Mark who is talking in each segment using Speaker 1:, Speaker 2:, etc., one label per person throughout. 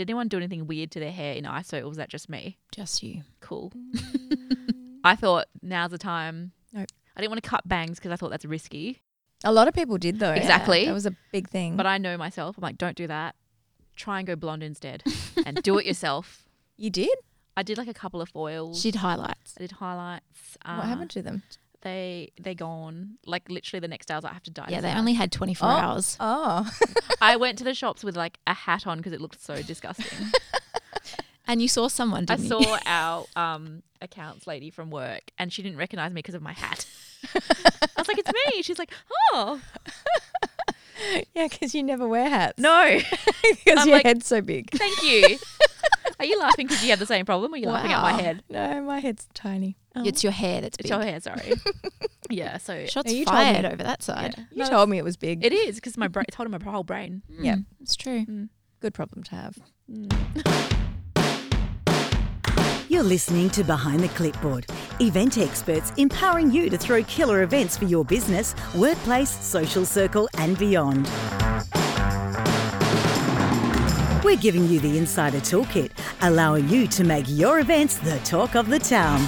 Speaker 1: Did anyone do anything weird to their hair in ISO or was that just me?
Speaker 2: Just you.
Speaker 1: Cool. I thought now's the time.
Speaker 2: Mm. Nope.
Speaker 1: I didn't want to cut bangs because I thought that's risky.
Speaker 2: A lot of people did though.
Speaker 1: Exactly.
Speaker 2: That was a big thing.
Speaker 1: But I know myself. I'm like, don't do that. Try and go blonde instead and do it yourself.
Speaker 2: you did?
Speaker 1: I did like a couple of foils.
Speaker 2: She did highlights.
Speaker 1: I did highlights. Uh,
Speaker 2: what happened to them?
Speaker 1: They they gone. Like literally the next day I was like, I have to dye.
Speaker 2: Yeah,
Speaker 1: this
Speaker 2: they
Speaker 1: now.
Speaker 2: only had 24
Speaker 1: Oh.
Speaker 2: hours.
Speaker 3: Oh,
Speaker 1: I went to the shops with like a hat on because it looked so disgusting.
Speaker 2: And you saw someone,
Speaker 1: I
Speaker 2: didn't you?
Speaker 1: saw our um, accounts lady from work and she didn't recognize me because of my hat. I was like, it's me. She's like, oh,
Speaker 3: yeah, because you never wear hats.
Speaker 1: no,
Speaker 3: because
Speaker 1: I'm
Speaker 3: your
Speaker 1: like-
Speaker 3: head's so big.
Speaker 1: thank you. Are you laughing because you have the same problem or are you laughing at my
Speaker 2: Wow.
Speaker 1: head?
Speaker 3: No, my head's tiny. Oh.
Speaker 2: It's your hair that's big.
Speaker 1: It's your hair, sorry. yeah, so
Speaker 2: Shots
Speaker 3: No, you told me.
Speaker 2: fired over that side.
Speaker 1: yeah.
Speaker 3: you
Speaker 1: No,
Speaker 3: told me it was big.
Speaker 1: It is because my bra- it's holding my whole brain.
Speaker 3: Yeah.
Speaker 2: Mm, it's true.
Speaker 3: Good problem to have.
Speaker 4: You're listening to Behind the Clipboard, event experts empowering you to throw killer events for your business, workplace, social circle, and beyond. We're giving you the insider toolkit, allowing you to make your events the talk of the town.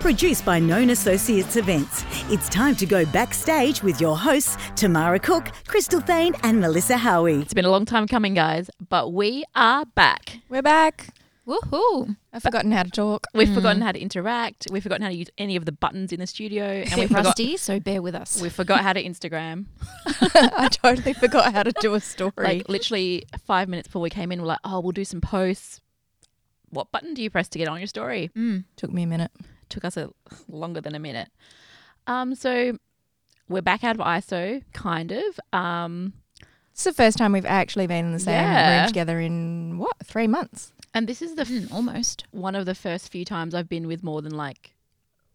Speaker 4: Produced by Known Associates Events, it's time to go backstage with your hosts, Tamara Cook, Crystal Thane, and Melissa Howie.
Speaker 1: It's been a long time coming, guys, but we are back.
Speaker 3: We're back.
Speaker 2: Woohoo.
Speaker 3: I've forgotten how to talk.
Speaker 1: We've forgotten how to interact. We've forgotten how to use any of the buttons in the studio, and we
Speaker 2: bit
Speaker 1: forgot
Speaker 2: rusty, so bear with us.
Speaker 1: we forgot how to Instagram.
Speaker 3: I totally forgot how to do a story.
Speaker 1: Like literally five minutes before we came in, we're like, oh, we'll do some posts. What button do you press to get on your story?
Speaker 2: Mm,
Speaker 3: Took me a minute.
Speaker 1: Took us a longer than a minute. Um, so we're back out of ISO, kind of. Um,
Speaker 3: It's the first time we've actually been in the same
Speaker 1: Yeah.
Speaker 3: room together in what three months?
Speaker 1: and this is the f-
Speaker 2: Mm, almost.
Speaker 1: one of the first few times I've been with more than like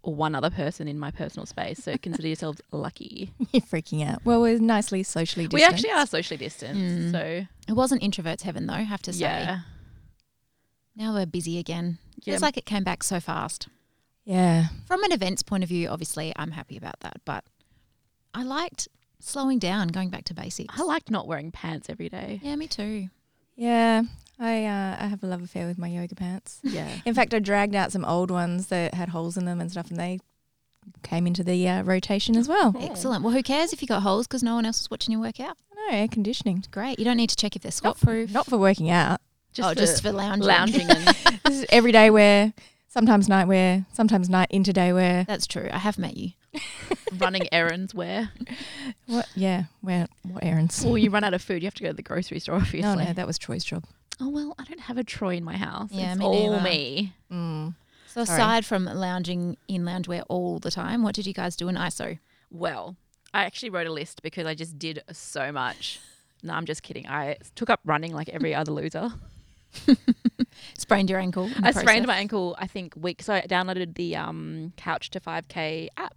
Speaker 1: one other person in my personal space. So consider yourselves lucky.
Speaker 3: You're freaking out. Well, we're nicely socially
Speaker 1: We
Speaker 3: distanced.
Speaker 1: actually are socially distanced,
Speaker 2: Mm.
Speaker 1: so
Speaker 2: It wasn't introverts heaven though, I have to say.
Speaker 1: yeah.
Speaker 2: Now we're busy again.
Speaker 1: Yeah.
Speaker 2: Feels like it came back so fast.
Speaker 3: Yeah.
Speaker 2: From an events point of view, obviously I'm happy about that, but I liked slowing down, going back to basics.
Speaker 1: I liked not wearing pants every day.
Speaker 2: Yeah, me too.
Speaker 3: Yeah. I uh, I have a love affair with my yoga pants.
Speaker 1: Yeah.
Speaker 3: In fact, I dragged out some old ones that had holes in them and stuff, and they came into the uh, rotation as well.
Speaker 2: Excellent. Well, who cares if you got holes because no one else is watching you work out?
Speaker 3: No air conditioning.
Speaker 2: Great. You don't need to check if they're squat
Speaker 3: Not
Speaker 2: proof.
Speaker 3: Not for working out.
Speaker 1: Just
Speaker 2: oh,
Speaker 1: for
Speaker 2: just for lounging.
Speaker 1: lounging and
Speaker 3: This is everyday wear, sometimes night wear, sometimes night into day wear.
Speaker 2: That's true. I have met you.
Speaker 1: running errands where
Speaker 3: What? Yeah. Where? What errands?
Speaker 1: Well, you run out of food, you have to go to the grocery store, obviously.
Speaker 3: No, no, that was Troy's job.
Speaker 1: oh, well, I don't have a Troy in my house.
Speaker 2: Yeah,
Speaker 1: it's
Speaker 2: me
Speaker 1: all
Speaker 2: neither.
Speaker 1: me.
Speaker 3: Mm.
Speaker 2: So
Speaker 3: Sorry.
Speaker 2: aside from lounging in loungewear all the time, what did you guys do in ISO?
Speaker 1: Well, I actually wrote a list because I just did so much. No, I'm just kidding. I took up running like every other loser.
Speaker 2: Sprained your ankle. in the
Speaker 1: I sprained
Speaker 2: process.
Speaker 1: my ankle, I think, week. So I downloaded the um, Couch to 5K app.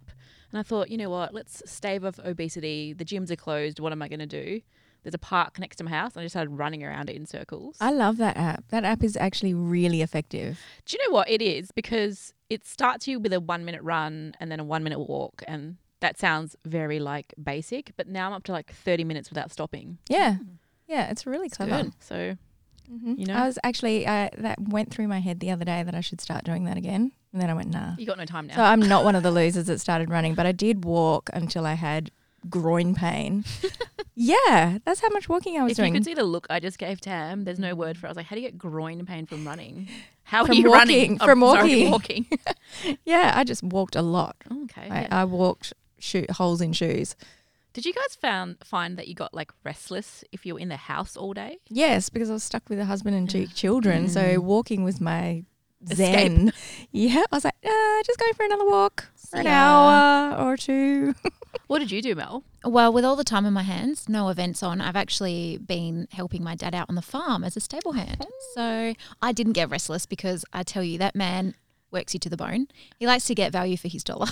Speaker 1: And I thought, you know what? Let's stave off obesity. The gyms are closed. What am I going to do? There's a park next to my house. And I just started running around it in circles.
Speaker 3: I love that app. That app is actually really effective.
Speaker 1: Do you know what it is? Because it starts you with a one minute run and then a one minute walk, and that sounds very like basic. But now I'm up to like thirty minutes without stopping.
Speaker 3: Yeah. Yeah, it's really clever.
Speaker 2: good.
Speaker 1: So
Speaker 3: Mhm.
Speaker 1: You know?
Speaker 3: I was actually I, that went through my head the other day that I should start doing that again, and then I went nah.
Speaker 1: you got no time now.
Speaker 3: So I'm not one of the losers that started running, but I did walk until I had groin pain. yeah, that's how much walking I was
Speaker 1: if
Speaker 3: doing.
Speaker 1: you could see the look I just gave Tam, there's no word for it. I was like, how do you get groin pain from running? How are
Speaker 3: From
Speaker 1: you running?
Speaker 3: walking, from
Speaker 1: Oh, Sorry,
Speaker 3: walking.
Speaker 1: walking.
Speaker 3: yeah, I just walked a lot.
Speaker 1: Oh, okay.
Speaker 3: I,
Speaker 1: yeah.
Speaker 3: I walked shoe, holes in shoes.
Speaker 1: Did you guys found find that you got like restless if you were in the house all day?
Speaker 3: Yes, because I was stuck with a husband and two children, so walking was my
Speaker 1: Mm. Escape.
Speaker 3: zen. Yeah, I was like, uh, just going for another walk for an
Speaker 2: Yeah.
Speaker 3: hour or two.
Speaker 1: What did you do, Mel?
Speaker 2: Well, with all the time on my hands, no events on, I've actually been helping my dad out on the farm as a stable hand. So I didn't get restless because I tell you, that man works you to the bone. He likes to get value for his dollar.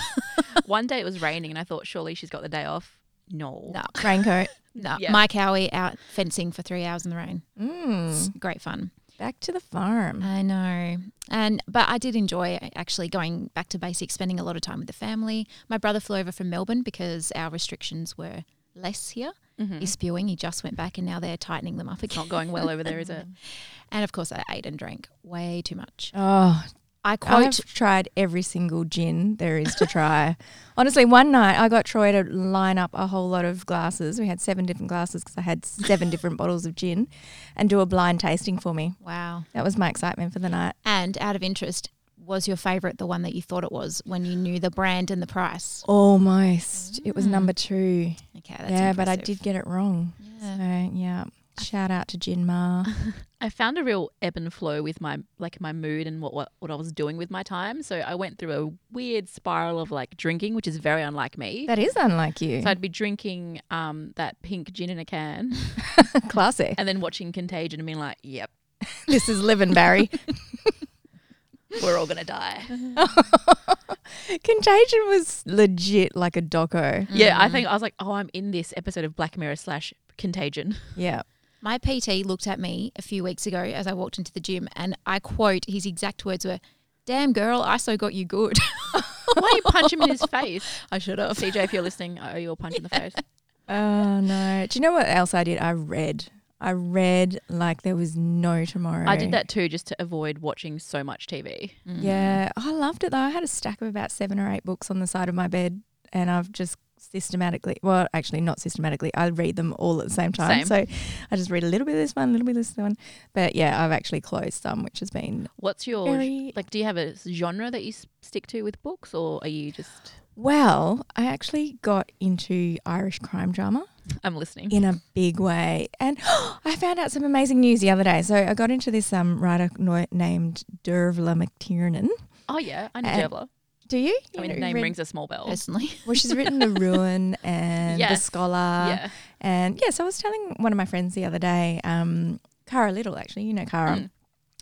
Speaker 1: One day it was raining, and I thought surely she's got the day off. No.
Speaker 2: no,
Speaker 3: Raincoat.
Speaker 2: no.
Speaker 1: Yeah.
Speaker 2: Mike Howie out fencing for three hours in the rain.
Speaker 3: Mm,
Speaker 2: It's great fun.
Speaker 3: back to the farm.
Speaker 2: I know. And but I did enjoy actually going back to basics, spending a lot of time with the family. My brother flew over from Melbourne because our restrictions were less here.
Speaker 3: Mm-hmm.
Speaker 2: He's spewing. He just went back and now they're tightening them up again.
Speaker 1: Not going well over there, is it?
Speaker 2: And of course, I ate and drank way too much.
Speaker 3: Oh,
Speaker 2: I quote,
Speaker 3: I've tried every single gin there is to try. Honestly, one night I got Troy to line up a whole lot of glasses. We had seven different glasses because I had seven different bottles of gin and do a blind tasting for me.
Speaker 2: wow.
Speaker 3: That was my excitement for the night.
Speaker 2: And out of interest, was your favorite the one that you thought it was when you knew the brand and the price?
Speaker 3: Almost. It was number two.
Speaker 2: Okay, Mm. that's
Speaker 3: yeah, but I
Speaker 2: impressive.
Speaker 3: did get it wrong.
Speaker 2: Yeah.
Speaker 3: So, yeah. Shout out to Gin Ma.
Speaker 1: I found a real ebb and flow with my like my mood and what, what what I was doing with my time. So I went through a weird spiral of like drinking, which is very unlike me.
Speaker 3: That is unlike you.
Speaker 1: so I'd be drinking um, that pink gin in a can,
Speaker 3: Classic.
Speaker 1: and then watching Contagion and being like, "Yep,
Speaker 3: this is living, Barry.
Speaker 1: we're all gonna die."
Speaker 3: Contagion was legit like a doco.
Speaker 1: Yeah, I think I was like, "Oh, I'm in this episode of Black Mirror slash Contagion."
Speaker 3: Yeah.
Speaker 2: My PT looked at me a few weeks ago as I walked into the gym, and I quote his exact words were, "Damn girl, I so got you good."
Speaker 1: Why do you punch him in his face,
Speaker 2: I should have.
Speaker 1: CJ? If you're listening, I owe you a punch in the face.
Speaker 3: Oh no. Do you know what else I did? I read. I read like there was no tomorrow.
Speaker 1: I did that too, just to avoid watching so much TV.
Speaker 3: Yeah. I loved it though. I had a stack of about seven or eight books on the side of my bed and I've just systematically well, actually not systematically, I read them all at the same time. So I just read a little bit of this one, a little bit of this one. But yeah, I've actually closed some, which has been
Speaker 1: What's your
Speaker 3: Very-
Speaker 1: like? Do you have a genre that you s- stick to with books, or are you just?
Speaker 3: well, I actually got into Irish crime drama.
Speaker 1: I'm listening.
Speaker 3: in a big way. And I found out some amazing news the other day. So I got into this um, writer no- named Dervla McTiernan.
Speaker 1: Oh yeah, I know
Speaker 3: And-
Speaker 1: Dervla.
Speaker 3: Do you?
Speaker 1: I
Speaker 3: You
Speaker 1: mean,
Speaker 3: know,
Speaker 1: the name
Speaker 3: read-
Speaker 1: rings a small bell.
Speaker 2: Personally,
Speaker 3: Well, she's written The Ruin and The
Speaker 1: Yes.
Speaker 3: Scholar.
Speaker 1: yeah,
Speaker 3: And yeah, so I was telling one of my friends the other day, um, Cara Little, actually, you know Cara.
Speaker 1: Mm.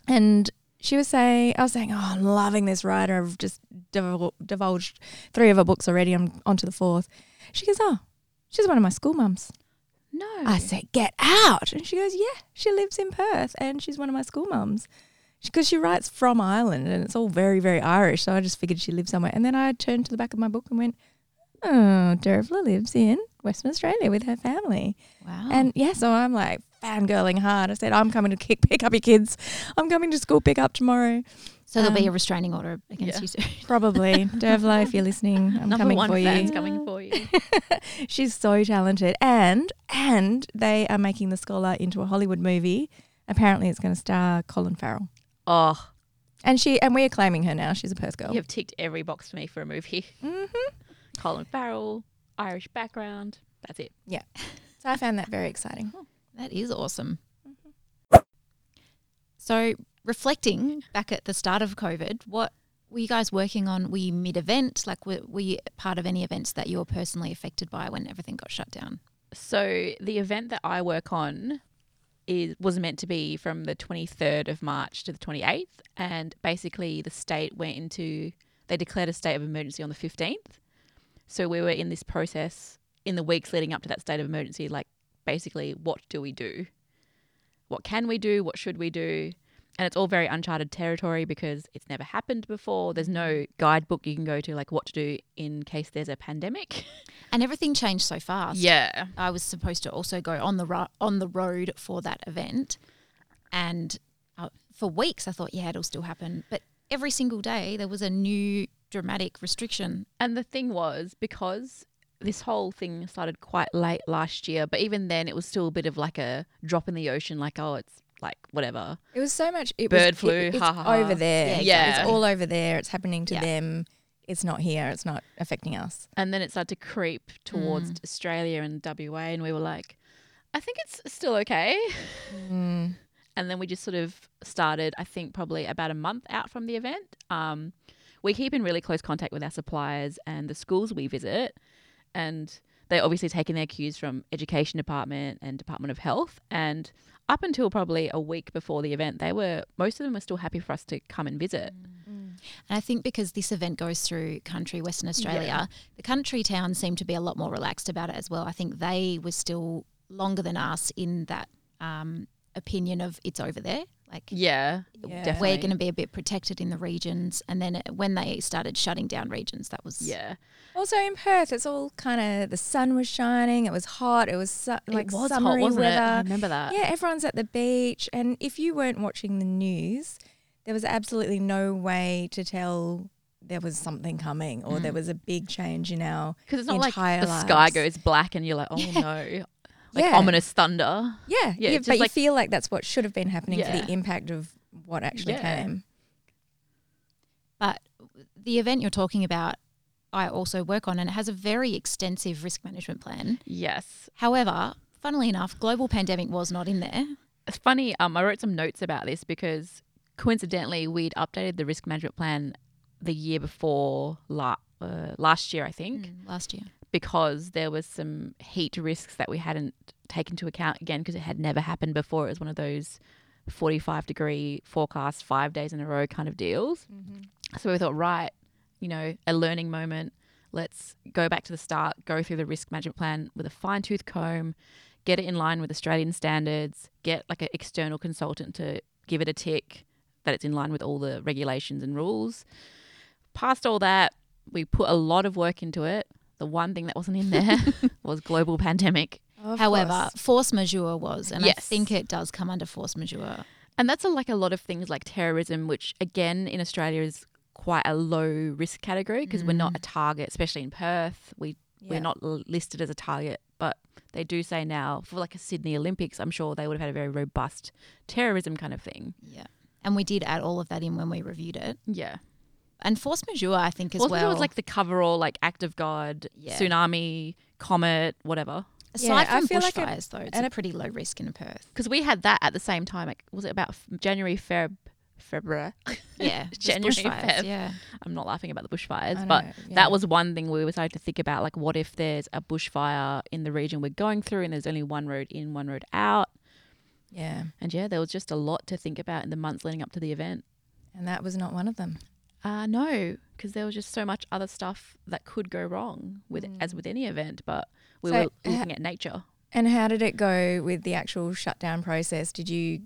Speaker 3: And she was saying, I was saying, oh, I'm loving this writer. I've just divul- divulged three of her books already. I'm onto the fourth. She goes, oh, she's one of my school mums.
Speaker 1: no.
Speaker 3: I said, get out. And she goes, yeah, she lives in Perth and she's one of my school mums. Because she writes from Ireland and it's all very, very Irish. So I just figured she lived somewhere. And then I turned to the back of my book and went, oh, Dervla lives in Western Australia with her family.
Speaker 1: Oh.
Speaker 2: wow.
Speaker 3: And yeah, so I'm like fangirling hard. I said, I'm coming to kick, pick up your kids. I'm coming to school pick up tomorrow.
Speaker 2: so there'll be
Speaker 3: um,
Speaker 2: a restraining order against
Speaker 1: yeah.
Speaker 2: you soon.
Speaker 3: Probably. Dervla, if you're listening, I'm
Speaker 1: Number
Speaker 3: coming
Speaker 1: one
Speaker 3: for
Speaker 1: fan's
Speaker 3: you.
Speaker 1: coming for you.
Speaker 3: She's so talented, and and they are making the scholar into a Hollywood movie. Apparently, it's going to star Colin Farrell,
Speaker 1: Oh,
Speaker 3: and she and we are claiming her now. She's a Perth girl.
Speaker 1: you have ticked every box for me for a movie.
Speaker 3: hmm
Speaker 1: Colin Farrell, Irish background. That's it.
Speaker 3: So I found that very exciting.
Speaker 2: That is awesome. Mm-hmm. So, reflecting back at the start of COVID, what were you guys working on? Were you mid event? Like, were, were you part of any events that you were personally affected by when everything got shut down?
Speaker 1: So the event that I work on is was meant to be from the 23rd of March to the 28th, and basically the state went into they declared a state of emergency on the 15th. So we were in this process in the weeks leading up to that state of emergency, like basically what do we do? What can we do? What should we do? And it's all very uncharted territory because it's never happened before. There's no guidebook you can go to, like what to do in case there's a pandemic.
Speaker 2: And everything changed so fast.
Speaker 1: Yeah.
Speaker 2: I was supposed to also go on the ro- on the road for that event, and uh, for weeks I thought, yeah, it'll still happen. But every single day there was a new dramatic restriction.
Speaker 1: And the thing was, because this whole thing started quite late last year, but even then, it was still a bit of like a drop in the ocean, like, oh, it's like whatever.
Speaker 3: It was so much. It
Speaker 1: Bird
Speaker 3: was,
Speaker 1: flu,
Speaker 3: it- it's
Speaker 1: ha, ha, ha.
Speaker 3: over there.
Speaker 1: Yeah,
Speaker 3: it's
Speaker 1: exactly.
Speaker 3: all over there. It's happening to
Speaker 1: Yeah.
Speaker 3: them. It's not here. It's not affecting us.
Speaker 1: And then it started to creep towards Australia and WA, and we were like, I think it's still okay. And then we just sort of started, I think, probably about a month out from the event. Um, we keep in really close contact with our suppliers and the schools we visit. And they're obviously taking their cues from Education Department and Department of Health. And up until probably a week before the event, they were, most of them were still happy for us to come and visit.
Speaker 2: And I think because this event goes through country Western Australia, the country towns seem to be a lot more relaxed about it as well. I think they were still longer than us in that um, opinion of it's over there. Like
Speaker 1: Yeah.
Speaker 3: Yeah.
Speaker 2: we're
Speaker 1: Definitely.
Speaker 2: going to be a bit protected in the regions. And then it, when they started shutting down regions, that was
Speaker 1: Yeah.
Speaker 3: Also in Perth, it's all kind of the sun was shining. It was hot. It was su- like
Speaker 1: it was hot,
Speaker 3: summery
Speaker 1: wasn't
Speaker 3: weather.
Speaker 1: it? I remember that.
Speaker 3: Yeah, everyone's at the beach. And if you weren't watching the news, there was absolutely no way to tell there was something coming or there was a big change in our
Speaker 1: Because Mm. it's not like the
Speaker 3: entire
Speaker 1: sky
Speaker 3: lives.
Speaker 1: goes black and you're like, oh no. Like
Speaker 3: Yeah.
Speaker 1: ominous thunder.
Speaker 3: Yeah,
Speaker 1: Yeah,
Speaker 3: yeah,
Speaker 1: it's
Speaker 3: but
Speaker 1: just
Speaker 3: you
Speaker 1: like-
Speaker 3: feel like that's what should have been happening for
Speaker 1: Yeah.
Speaker 3: the impact of what actually
Speaker 1: Yeah.
Speaker 3: came.
Speaker 2: But the event you're talking about, I also work on, and it has a very extensive risk management plan.
Speaker 1: Yes.
Speaker 2: However, funnily enough, global pandemic was not in there.
Speaker 1: It's funny. Um, I wrote some notes about this because coincidentally, we'd updated the risk management plan the year before la- uh, last year, I think,
Speaker 2: last year.
Speaker 1: because there was some heat risks that we hadn't taken into account again because it had never happened before. It was one of those 45 degree forecast, five days in a row kind of deals. So we thought, right, you know, a learning moment. Let's go back to the start, go through the risk management plan with a fine tooth comb, get it in line with Australian standards, get like an external consultant to give it a tick that it's in line with all the regulations and rules. Past all that, we put a lot of work into it. The one thing that wasn't in there was global pandemic.
Speaker 2: However, force majeure was, and I
Speaker 1: Yes.
Speaker 2: think it does come under force majeure.
Speaker 1: And that's a, like a lot of things like terrorism, which again in Australia is quite a low risk category because we're not a target, especially in Perth. We
Speaker 3: Yeah.
Speaker 1: we're not l- listed as a target, but they do say now for like a Sydney Olympics, I'm sure they would have had a very robust terrorism kind of thing.
Speaker 2: Yeah. And we did add all of that in when we reviewed it.
Speaker 1: Yeah,
Speaker 2: And force majeure, I think, as
Speaker 1: well,
Speaker 2: well.
Speaker 1: it was like the cover all like act of God,
Speaker 2: Yeah.
Speaker 1: tsunami, comet, whatever.
Speaker 2: aside
Speaker 3: Yeah, I
Speaker 2: from
Speaker 3: feel like it-
Speaker 2: bushfires, though, it's
Speaker 3: and
Speaker 2: a
Speaker 3: it-
Speaker 2: pretty low risk in Perth.
Speaker 1: Because we had that at the same time. Like, was it about f- January, Feb, February?
Speaker 2: Yeah, just
Speaker 1: January,
Speaker 2: bushfires,
Speaker 1: Feb.
Speaker 2: Yeah,
Speaker 1: I'm not laughing about the bushfires,
Speaker 3: I
Speaker 1: but
Speaker 3: know, yeah.
Speaker 1: that was one thing we were starting to think about. Like, what if there's a bushfire in the region we're going through and there's only one road in, one road out?
Speaker 3: yeah,
Speaker 1: And yeah, there was just a lot to think about in the months leading up to the event.
Speaker 3: and that was not one of them.
Speaker 1: Uh, no, because there was just so much other stuff that could go wrong with as with any event, but we
Speaker 3: So,
Speaker 1: were looking at nature.
Speaker 3: And how did it go with the actual shutdown process? Did you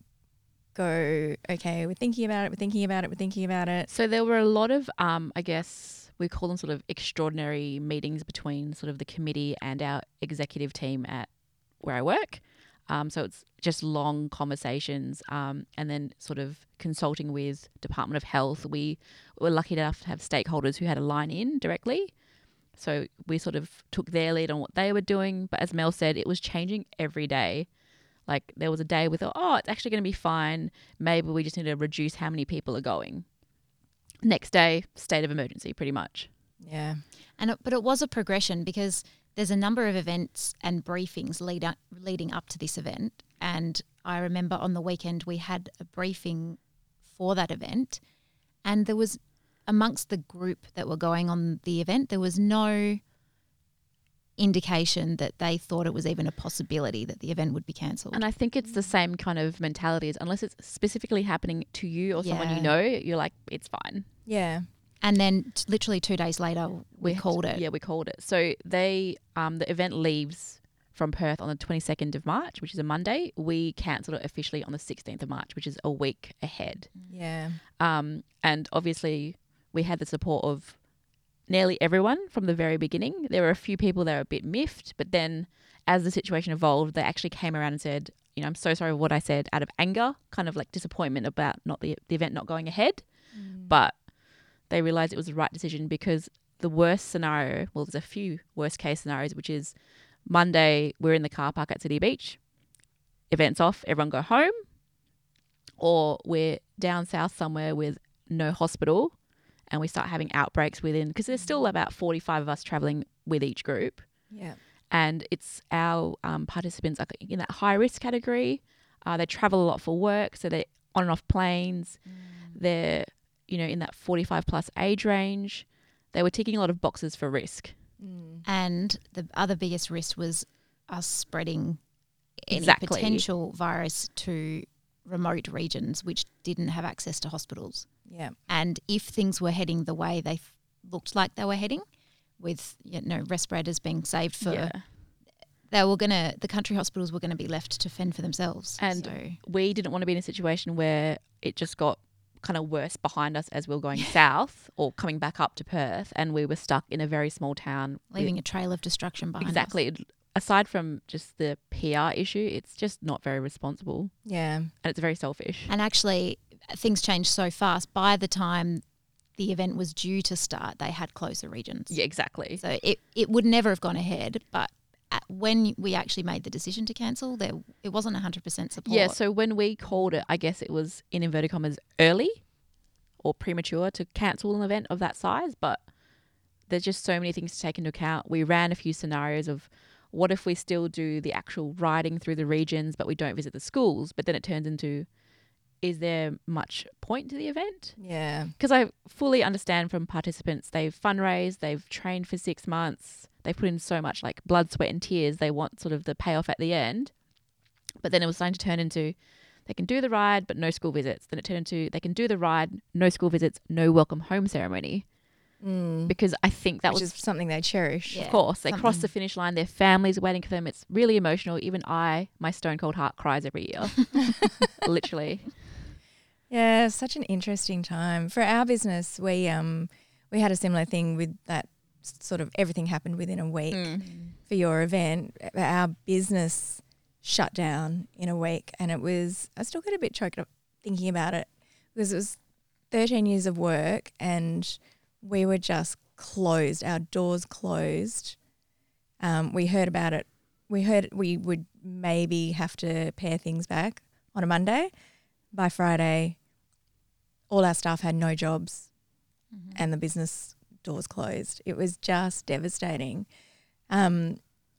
Speaker 3: go, okay, we're thinking about it, we're thinking about it, we're thinking about it?
Speaker 1: So there were a lot of, um, I guess we call them sort of extraordinary meetings between sort of the committee and our executive team at where I work. Um, so it's just long conversations, um, and then sort of consulting with Department of Health. We were lucky enough to have stakeholders who had a line in directly, so we sort of took their lead on what they were doing. But as Mel said, it was changing every day. Like there was a day we thought, oh, it's actually going to be fine. Maybe we just need to reduce how many people are going. Next day, state of emergency, pretty much.
Speaker 3: Yeah.
Speaker 2: and it, but it was a progression because there's a number of events and briefings lead up, leading up to this event. And I remember on the weekend we had a briefing for that event, and there was amongst the group that were going on the event, there was no indication that they thought it was even a possibility that the event would be cancelled.
Speaker 1: And I think it's the same kind of mentality as unless it's specifically happening to you or someone
Speaker 2: Yeah.
Speaker 1: you know, you're like, it's fine.
Speaker 3: Yeah.
Speaker 2: And then t- literally two days later, we, called it.
Speaker 1: Yeah, we called it. So they, um, the event leaves from Perth on the 22nd of March, which is a Monday. We cancelled it officially on the 16th of March, which is a week ahead.
Speaker 3: Yeah.
Speaker 1: Um, and obviously, we had the support of nearly everyone from the very beginning. There were a few people that were a bit miffed, but then as the situation evolved, they actually came around and said, you know, I'm so sorry for what I said out of anger, kind of like disappointment about not the, the event not going ahead. But they realized it was the right decision because the worst scenario, well, there's a few worst case scenarios, which is Monday, we're in the car park at City Beach, events off, everyone go home or we're down south somewhere with no hospital and we start having outbreaks within because there's still about 45 of us traveling with each group
Speaker 3: Yeah.
Speaker 1: and it's our um, participants are in that high risk category uh, they travel a lot for work so they're on and off planes they're you know in that 45 plus age range they were ticking a lot of boxes for risk
Speaker 2: And the other biggest risk was us spreading any
Speaker 1: Exactly.
Speaker 2: potential virus to remote regions which didn't have access to hospitals.
Speaker 3: Yeah.
Speaker 2: And if things were heading the way they f- looked like they were heading, with you know respirators being saved for they were gonna the country hospitals were gonna be left to fend for themselves.
Speaker 1: And
Speaker 2: so,
Speaker 1: we didn't want to be in a situation where it just got kind of worse behind us as we were going south or coming back up to Perth, and we were stuck in a very small town. with-
Speaker 2: leaving a trail of destruction behind. us.
Speaker 1: exactly. Aside from just the PR issue, it's just not very responsible
Speaker 3: Yeah.
Speaker 1: and it's very selfish.
Speaker 2: And actually, things changed so fast. By the time the event was due to start, they had closed the regions.
Speaker 1: Yeah, exactly.
Speaker 2: So it, it would never have gone ahead, but at, when we actually made the decision to cancel, there it wasn't 100% support.
Speaker 1: Yeah, so when we called it, I guess it was in inverted commas early or premature to cancel an event of that size, but there's just so many things to take into account. We ran a few scenarios of what if we still do the actual riding through the regions but we don't visit the schools, but then it turns into is there much point to the event?
Speaker 3: Yeah.
Speaker 1: because I fully understand from participants, they've fundraised, they've trained for six months, they've put in so much like blood, sweat, and tears. They want sort of the payoff at the end. But then it was starting to turn into they can do the ride, but no school visits. Then it turned into they can do the ride, no school visits, no welcome home ceremony.
Speaker 3: Mm.
Speaker 1: Because I think that
Speaker 3: Which
Speaker 1: was,
Speaker 3: is something they cherish.
Speaker 2: Yeah,
Speaker 1: of course, they cross
Speaker 2: something.
Speaker 1: the finish line, their families waiting for them. It's really emotional. Even I, my stone cold heart cries every year. Literally.
Speaker 3: Yeah, such an interesting time for our business. We um we had a similar thing with that s- sort of everything happened within a week for your event. uh, Our business shut down in a week, and it was I still get a bit choked up thinking about it because it was thirteen years of work, and we were just closed. Our doors closed. Um, we heard about it. We heard we would maybe have to pare things back on a Monday by Friday, all our staff had no jobs and the business doors closed. It was just devastating. Um,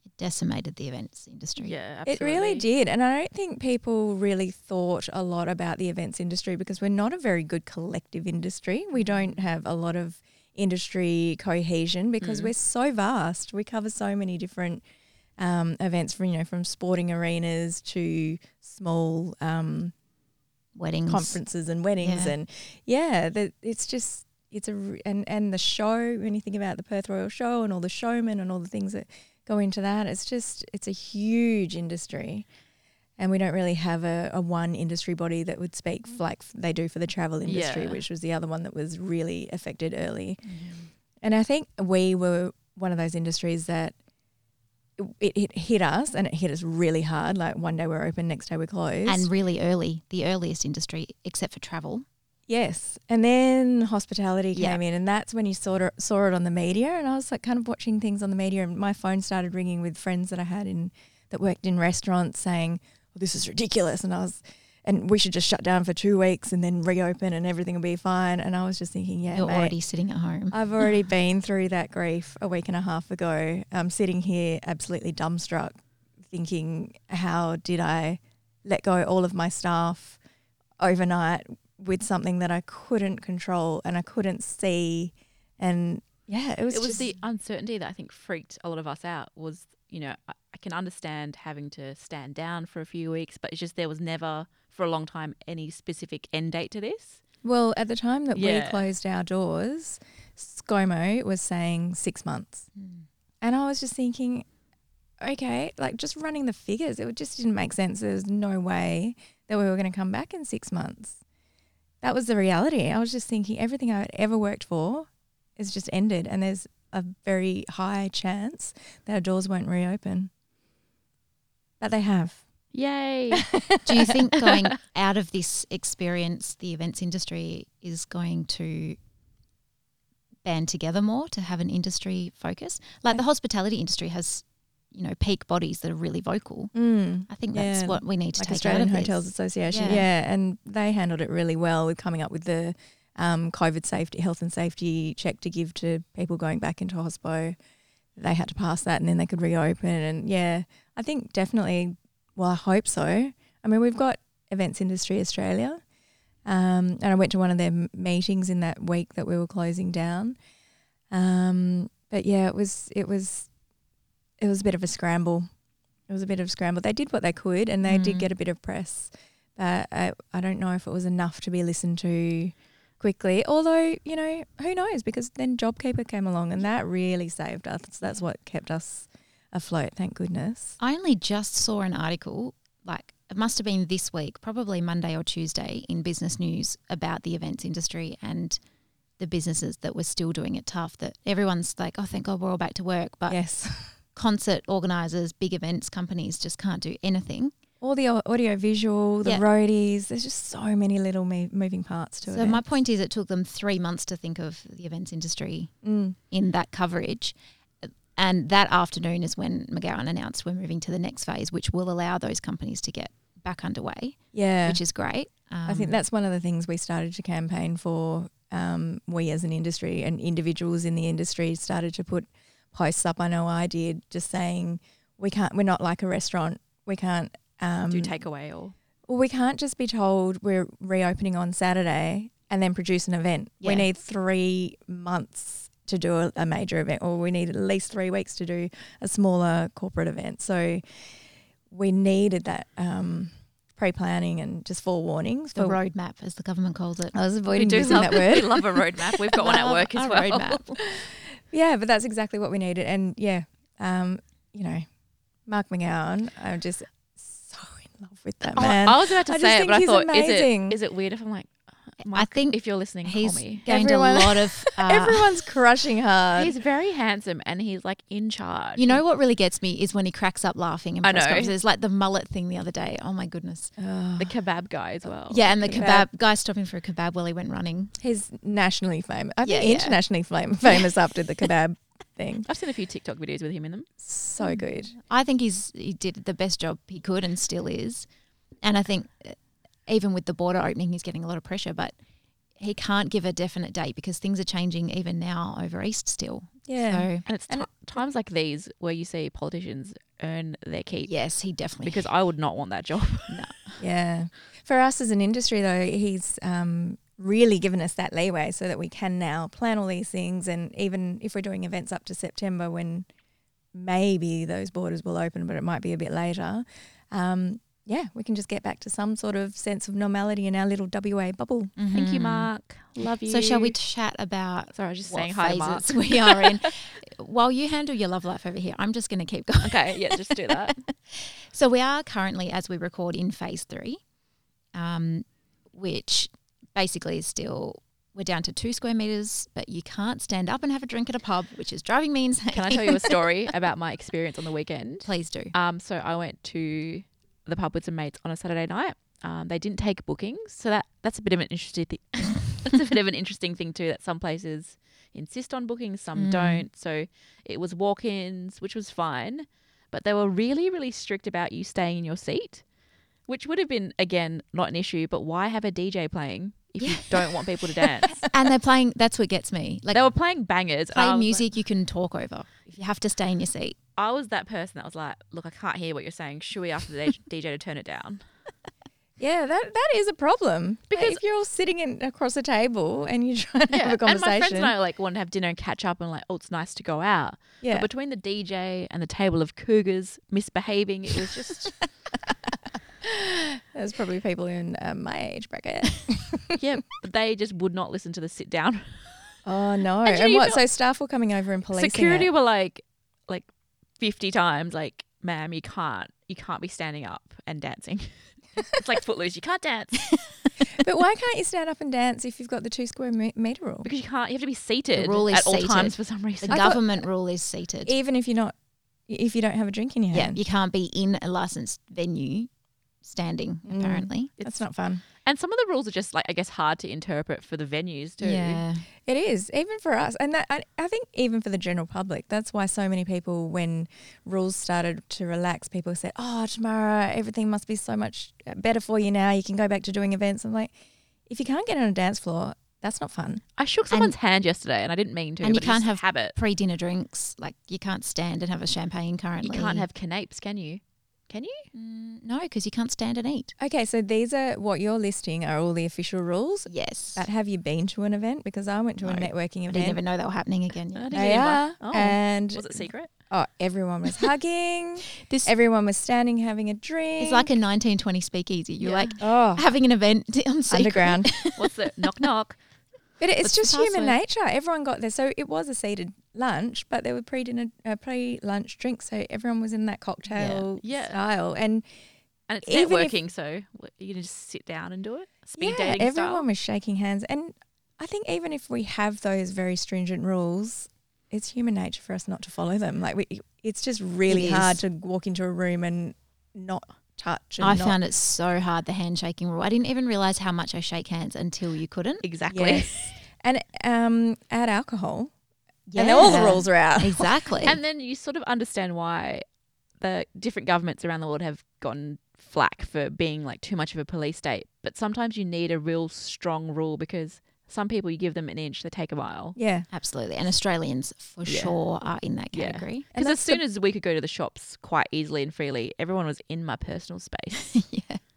Speaker 2: It decimated the events industry.
Speaker 1: Yeah,
Speaker 3: it really did. And I don't think people really thought a lot about the events industry because we're not a very good collective industry. We don't have a lot of industry cohesion because we're so vast. We cover so many different um, events from, you know, from sporting arenas to small um,
Speaker 2: Weddings.
Speaker 3: conferences and weddings
Speaker 2: Yeah.
Speaker 3: and yeah the, it's just it's a r- and and the show when you think about the Perth Royal Show and all the showmen and all the things that go into that it's just it's a huge industry and we don't really have a, a one industry body that would speak
Speaker 2: Mm.
Speaker 3: f- like f- they do for the travel industry
Speaker 1: Yeah.
Speaker 3: which was the other one that was really affected early
Speaker 2: Mm-hmm.
Speaker 3: and I think we were one of those industries that it, it hit us and it hit us really hard like one day we're open next day we're closed
Speaker 2: And really early, the earliest industry, except for travel.
Speaker 3: Yes, and then hospitality
Speaker 2: Yeah.
Speaker 3: came in, and that's when you sort of saw it on the media. And I was like, kind of watching things on the media, and my phone started ringing with friends that I had in that worked in restaurants saying, well, "This is ridiculous," and I was, and we should just shut down for two weeks and then reopen, and everything will be fine. And I was just thinking, yeah,
Speaker 2: You're
Speaker 3: mate, Uh,
Speaker 2: already sitting at home.
Speaker 3: I've already been through that grief a week and a half ago. I'm sitting here absolutely dumbstruck, thinking, how did I let go all of my staff overnight with something that I couldn't control and I couldn't see? And yeah, it was,
Speaker 1: it was
Speaker 3: just-
Speaker 1: the uncertainty that I think freaked a lot of us out. Was you know I, I can understand having to stand down for a few weeks, but it's just there was never for a long time any specific end date to this.
Speaker 3: well at the time that we
Speaker 1: Yeah.
Speaker 3: closed our doors, ScoMo was saying six months.
Speaker 2: Hmm.
Speaker 3: And I was just thinking, okay, like just running the figures, it just didn't make sense. There was no way that we were going to come back in six months. That was the reality. I was just thinking, everything I had ever worked for is just ended, and there's a very high chance that our doors won't reopen. But they have.
Speaker 1: Yay!
Speaker 2: Do you think going out of this experience, the events industry is going to band together more to have an industry focus? Like the hospitality industry has, you know, peak bodies that are really vocal.
Speaker 3: Mm.
Speaker 2: I think that's
Speaker 3: Yeah,
Speaker 2: what we need to
Speaker 3: like
Speaker 2: take
Speaker 3: Australian
Speaker 2: out of
Speaker 3: Hotels
Speaker 2: this.
Speaker 3: Association.
Speaker 2: Yeah.
Speaker 3: Yeah. and they handled it really well with coming up with the um, COVID safety, health and safety check to give to people going back into hospo. They had to pass that, and then they could reopen. And yeah, I think definitely. Well, I hope so. I mean, we've got Events Industry Australia, um, and I went to one of their m- meetings in that week that we were closing down. Um, but yeah, it was it was it was a bit of a scramble. It was a bit of a scramble. They did what they could, and they did
Speaker 2: Mm.
Speaker 3: get a bit of press. But I, uh, I don't know if it was enough to be listened to quickly. Although you know who knows because then JobKeeper came along and that really saved us. That's what kept us afloat, thank goodness.
Speaker 2: I only just saw an article, like it must have been this week, probably Monday or Tuesday, in Business News about the events industry and the businesses that were still doing it tough. That everyone's like, oh, thank God we're all back to work. But
Speaker 3: Yes.
Speaker 2: concert organisers, big events companies just can't do anything.
Speaker 3: All the au- audio visual, the
Speaker 2: Yeah.
Speaker 3: roadies, there's just so many little mo- moving parts to it.
Speaker 2: So my point is, it took them three months to think of the events industry
Speaker 3: Mm.
Speaker 2: in that coverage. And that afternoon is when McGowan announced we're moving to the next phase, which will allow those companies to get back underway,
Speaker 3: Yeah.
Speaker 2: which is great. Um,
Speaker 3: I think that's one of the things we started to campaign for. Um, we as an industry and individuals in the industry started to put posts up. I know I did, just saying we can't. We're not like a restaurant. We can't. Um,
Speaker 1: Do takeaway or
Speaker 3: well, we can't just be told we're reopening on Saturday and then produce an event.
Speaker 2: Yeah.
Speaker 3: We need three months to do a, a major event, or we need at least three weeks to do a smaller corporate event. So we needed that um, pre planning and just forewarnings
Speaker 2: the
Speaker 1: Oh.
Speaker 3: for
Speaker 2: roadmap, as the government calls it. I was
Speaker 3: We
Speaker 2: avoiding
Speaker 3: do
Speaker 2: using
Speaker 3: love-
Speaker 2: that
Speaker 3: that word.
Speaker 1: we love a roadmap. We've got one at
Speaker 2: Love
Speaker 1: work as
Speaker 2: a
Speaker 1: well.
Speaker 2: roadmap.
Speaker 3: Yeah, but that's exactly what we needed. And yeah, um, you know, Mark McGowan, I'm just so in love with that
Speaker 1: Oh,
Speaker 3: man.
Speaker 1: I was about to
Speaker 3: I just
Speaker 1: say it,
Speaker 3: think
Speaker 1: but I
Speaker 3: he's
Speaker 1: thought,
Speaker 3: amazing.
Speaker 1: is it is it weird if I'm like,
Speaker 2: I
Speaker 1: Mark,
Speaker 2: think
Speaker 1: if you're listening,
Speaker 2: he's
Speaker 1: call me.
Speaker 2: gained
Speaker 3: Everyone-
Speaker 2: a lot of. Uh,
Speaker 3: Everyone's crushing hard.
Speaker 1: He's very handsome and he's like in charge.
Speaker 2: you know what really gets me is when he cracks up laughing in
Speaker 1: I
Speaker 2: press
Speaker 1: know.
Speaker 2: conferences, like the mullet thing the other day. Oh my goodness!
Speaker 1: the kebab guy as well.
Speaker 2: yeah, and the
Speaker 3: kebab.
Speaker 2: kebab guy stopping for a kebab while he went running.
Speaker 3: He's nationally famous. I think
Speaker 2: Yeah, yeah.
Speaker 3: internationally fam- famous after the kebab thing.
Speaker 1: I've seen a few TikTok videos with him in them.
Speaker 3: So good.
Speaker 2: I think he's he did the best job he could and still is. And I think uh, even with the border opening, he's getting a lot of pressure, but he can't give a definite date because things are changing even now over east still.
Speaker 3: Yeah.
Speaker 2: So
Speaker 1: And it's ti times like these where you see politicians earn their keep.
Speaker 2: yes, he definitely
Speaker 1: Because I would not want that job.
Speaker 3: Yeah. For us as an industry, though, he's um, really given us that leeway so that we can now plan all these things. And even if we're doing events up to September, when maybe those borders will open, but it might be a bit later. Um, yeah, we can just get back to some sort of sense of normality in our little WA bubble.
Speaker 1: Thank you, Mark. Love you.
Speaker 2: So shall we chat about
Speaker 1: Sorry, I was just
Speaker 2: what
Speaker 1: saying hi, Mark.
Speaker 2: phases we are in? While you handle your love life over here, I'm just going to keep going.
Speaker 1: Okay, yeah, just do that.
Speaker 2: So we are currently, as we record, in phase three, um, which basically is still we're down to two square meters, but you can't stand up and have a drink at a pub, which is driving me insane.
Speaker 1: Can I tell you a story about my experience on the weekend?
Speaker 2: Please do.
Speaker 1: Um, so I went to the pub with some mates on a Saturday night. Um, they didn't take bookings, so that that's a bit of an interesting thing. that's a bit of an interesting thing too. That some places insist on bookings, some don't. So it was walk-ins, which was fine, but they were really, really strict about you staying in your seat, which would have been again not an issue. But why have a DJ playing if you don't want people to dance?
Speaker 2: And they're playing. That's what gets me. Like
Speaker 1: they were playing bangers. and I
Speaker 2: play
Speaker 1: was like-
Speaker 2: music you can talk over. If you have to stay in your seat,
Speaker 1: I was that person that was like, look, I can't hear what you're saying. Should we ask the DJ to turn it down?
Speaker 3: Yeah, that that is a problem
Speaker 1: Because-
Speaker 3: because if you're all sitting in, across a table and you try to have a
Speaker 1: and
Speaker 3: conversation,
Speaker 1: my friends and I like want to have dinner and catch up and like, oh, it's nice to go out.
Speaker 3: Yeah.
Speaker 1: But between the DJ and the table of cougars misbehaving, it was just
Speaker 3: there's probably people in uh, my age bracket.
Speaker 1: yeah. But they just would not listen to the sit down.
Speaker 3: oh no!
Speaker 1: And
Speaker 3: And,
Speaker 1: you know, you
Speaker 3: what?
Speaker 1: feel-
Speaker 3: So staff were coming over and policing
Speaker 1: Security
Speaker 3: it.
Speaker 1: were like, like fifty times, like, ma'am, you can't, you can't be standing up and dancing. it's like Footloose, you can't dance
Speaker 3: but why can't you stand up and dance if you've got the two square me- meter rule?
Speaker 1: because you can't. You have to be seated
Speaker 2: The rule is
Speaker 1: at all
Speaker 2: seated.
Speaker 1: times for some reason.
Speaker 2: the government rule is seated.
Speaker 3: Even if you're not, if you don't have a drink in your
Speaker 2: yeah,
Speaker 3: hand,
Speaker 2: you can't be in a licensed venue standing.
Speaker 1: Mm.
Speaker 2: Apparently,
Speaker 3: that's not fun.
Speaker 1: And some of the rules are just like I guess hard to interpret for the venues too.
Speaker 2: yeah.
Speaker 3: It is even for us, and that I, I think even for the general public. That's why so many people, when rules started to relax, people said, "Oh, tomorrow everything must be so much uh, better for you now. You can go back to doing events." I'm like, if you can't get on a dance floor, that's not fun.
Speaker 1: I shook someone's hand yesterday, and I didn't mean to.
Speaker 2: and you
Speaker 1: but
Speaker 2: can't
Speaker 1: it's
Speaker 2: have
Speaker 1: just habit.
Speaker 2: pre-dinner drinks. Like you can't stand and have a champagne
Speaker 1: You
Speaker 2: currently.
Speaker 1: can't have canapes, can you? Can you?
Speaker 2: Mm, no because you can't stand and eat.
Speaker 3: Okay, so these are what you're listing are all the official rules.
Speaker 2: Yes,
Speaker 3: But have you been to an event? Because I went to a
Speaker 2: No.
Speaker 3: networking
Speaker 2: I didn't
Speaker 3: event.
Speaker 2: even know they were happening again.
Speaker 1: I
Speaker 2: Yeah.
Speaker 1: didn't
Speaker 3: They
Speaker 1: even-
Speaker 3: are,
Speaker 1: Oh.
Speaker 3: and
Speaker 1: Was it secret?
Speaker 3: oh, everyone was hugging.
Speaker 2: This
Speaker 3: everyone was standing having a drink.
Speaker 2: is like a 1920 speakeasy. You're
Speaker 1: Yeah.
Speaker 2: like
Speaker 3: oh
Speaker 2: having an event on secret.
Speaker 3: underground.
Speaker 1: What's the knock knock?
Speaker 3: But it's
Speaker 2: What's the
Speaker 3: just
Speaker 2: password?
Speaker 3: human nature. Everyone got there. So it was a seated lunch, but there were pre dinner, uh, pre lunch drinks. So everyone was in that cocktail
Speaker 1: Yeah. Yeah.
Speaker 3: style. And
Speaker 1: And it's
Speaker 3: Even if-
Speaker 1: networking, so what, you can just sit down and do it. Speed
Speaker 3: yeah,
Speaker 1: dating
Speaker 3: everyone
Speaker 1: style.
Speaker 3: was shaking hands. And I think even if we have those very stringent rules, it's human nature for us not to follow them. Like we, it's just really
Speaker 2: It
Speaker 3: hard
Speaker 2: is.
Speaker 3: to walk into a room and not touch. And
Speaker 2: I
Speaker 3: not-
Speaker 2: found it so hard the handshaking rule. I didn't even realize how much I shake hands until you couldn't.
Speaker 1: Exactly.
Speaker 3: yes. and um, add alcohol, and then all the
Speaker 2: Yeah.
Speaker 3: rules are out.
Speaker 2: Exactly.
Speaker 1: And then you sort of understand why the different governments around the world have gotten flack for being like too much of a police state. But sometimes you need a real strong rule because some people you give them an inch, they take a mile.
Speaker 3: Yeah.
Speaker 2: Absolutely. And Australians for
Speaker 1: Yeah.
Speaker 2: sure are in that
Speaker 1: Yeah.
Speaker 2: category.
Speaker 3: And
Speaker 1: Because as
Speaker 3: that's the-
Speaker 1: soon as we could go to the shops quite easily and freely, everyone was in my personal space.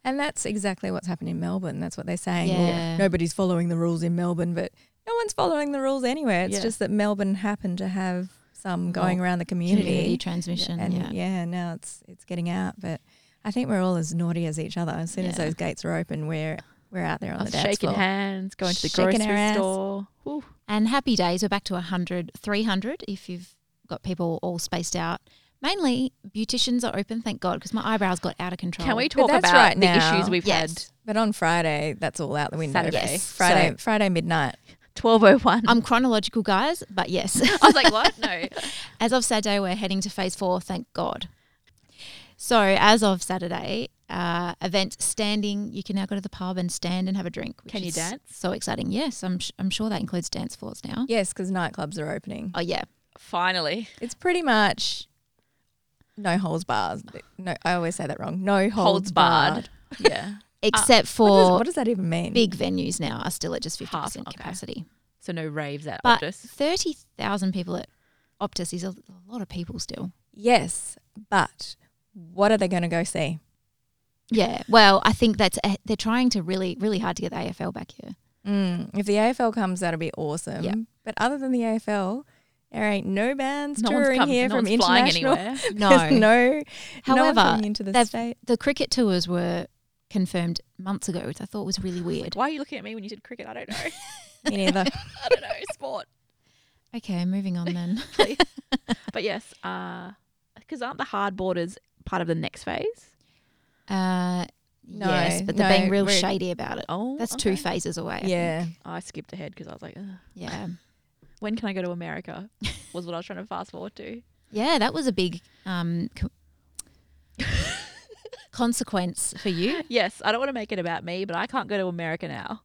Speaker 3: And that's exactly what's happened in Melbourne. That's what they're saying. Well,
Speaker 2: Yeah.
Speaker 3: nobody's following the rules in Melbourne, but no one's following the rules anywhere. It's
Speaker 1: Yeah.
Speaker 3: just that Melbourne happened to have some going
Speaker 2: More
Speaker 3: around the
Speaker 2: Community,
Speaker 3: community.
Speaker 2: transmission.
Speaker 3: And
Speaker 2: yeah.
Speaker 3: yeah. now it's it's getting out. But I think we're all as naughty as each other. As soon as
Speaker 2: Yeah.
Speaker 3: those gates are open, we're we're out there on
Speaker 1: I
Speaker 3: the
Speaker 1: was
Speaker 3: dance
Speaker 1: shaking
Speaker 3: floor.
Speaker 1: hands, going to the
Speaker 3: Oh, Shaking our
Speaker 1: grocery
Speaker 3: ass.
Speaker 1: store. Ooh.
Speaker 2: And happy days. We're back to 100, 300 if you've got people all spaced out. Mainly beauticians are open, thank God, because my eyebrows got out of control.
Speaker 1: Can we talk
Speaker 3: that's
Speaker 1: about
Speaker 3: right
Speaker 1: the
Speaker 3: now.
Speaker 1: issues we've had?
Speaker 2: Yes.
Speaker 3: But on Friday, that's all out the window.
Speaker 1: Saturday. Yes.
Speaker 3: Friday,
Speaker 2: So-
Speaker 3: Friday midnight.
Speaker 1: 1201.
Speaker 2: I'm chronological, guys, but yes.
Speaker 1: I was like, what? No.
Speaker 2: As of Saturday, we're heading to phase four, thank God. So, as of Saturday, uh, event standing, you can now go to the pub and stand and have a drink. which
Speaker 1: Can you
Speaker 2: is
Speaker 1: dance?
Speaker 2: So exciting. Yes, I'm, sh- I'm sure that includes dance floors now.
Speaker 3: Yes, because nightclubs are opening.
Speaker 2: Oh, yeah.
Speaker 1: Finally.
Speaker 3: It's pretty much no holds bars. No, I always say that wrong. No holds,
Speaker 1: Holds barred. Yeah.
Speaker 2: Except
Speaker 3: What
Speaker 2: for
Speaker 3: does, what does that even mean?
Speaker 2: big venues now are still at just 50%
Speaker 1: Half, okay.
Speaker 2: capacity.
Speaker 1: So no raves at
Speaker 2: But
Speaker 1: Optus.
Speaker 2: 30,000 people at Optus is a, a lot of people still.
Speaker 3: Yes, but what are they going to go see?
Speaker 2: Yeah. Well, I think that's, a, they're trying to really, really hard to get the AFL back here.
Speaker 3: Mm, if the AFL comes, that'll be awesome.
Speaker 2: Yeah.
Speaker 3: But other than the AFL, there ain't no bands
Speaker 1: No one's
Speaker 3: touring
Speaker 1: come-
Speaker 3: here
Speaker 1: no
Speaker 3: from
Speaker 1: one's flying
Speaker 3: international.
Speaker 1: anywhere.
Speaker 2: No.
Speaker 3: There's no. no one
Speaker 2: However,
Speaker 3: coming into the
Speaker 2: they've-
Speaker 3: state.
Speaker 2: The cricket tours were confirmed months ago, which I thought was really weird.
Speaker 1: Why are you looking at me when you said cricket? I don't know.
Speaker 3: Me neither.
Speaker 1: I don't know sport.
Speaker 2: Okay, moving on then.
Speaker 1: But yes, because aren't the hard borders part of the next phase?
Speaker 2: Uh,
Speaker 3: No,
Speaker 2: yes, but they're
Speaker 3: no,
Speaker 2: being real
Speaker 3: we're-
Speaker 2: shady about it.
Speaker 1: Oh,
Speaker 2: That's two
Speaker 1: okay.
Speaker 2: phases away. I
Speaker 3: yeah.
Speaker 2: think.
Speaker 1: I skipped ahead because I was like, Ugh.
Speaker 2: yeah,
Speaker 1: when can I go to America? Was what I was trying to fast forward to.
Speaker 2: yeah. That was a big um, co- consequence for you.
Speaker 1: Yes, I don't want to make it about me, but I can't go to America now.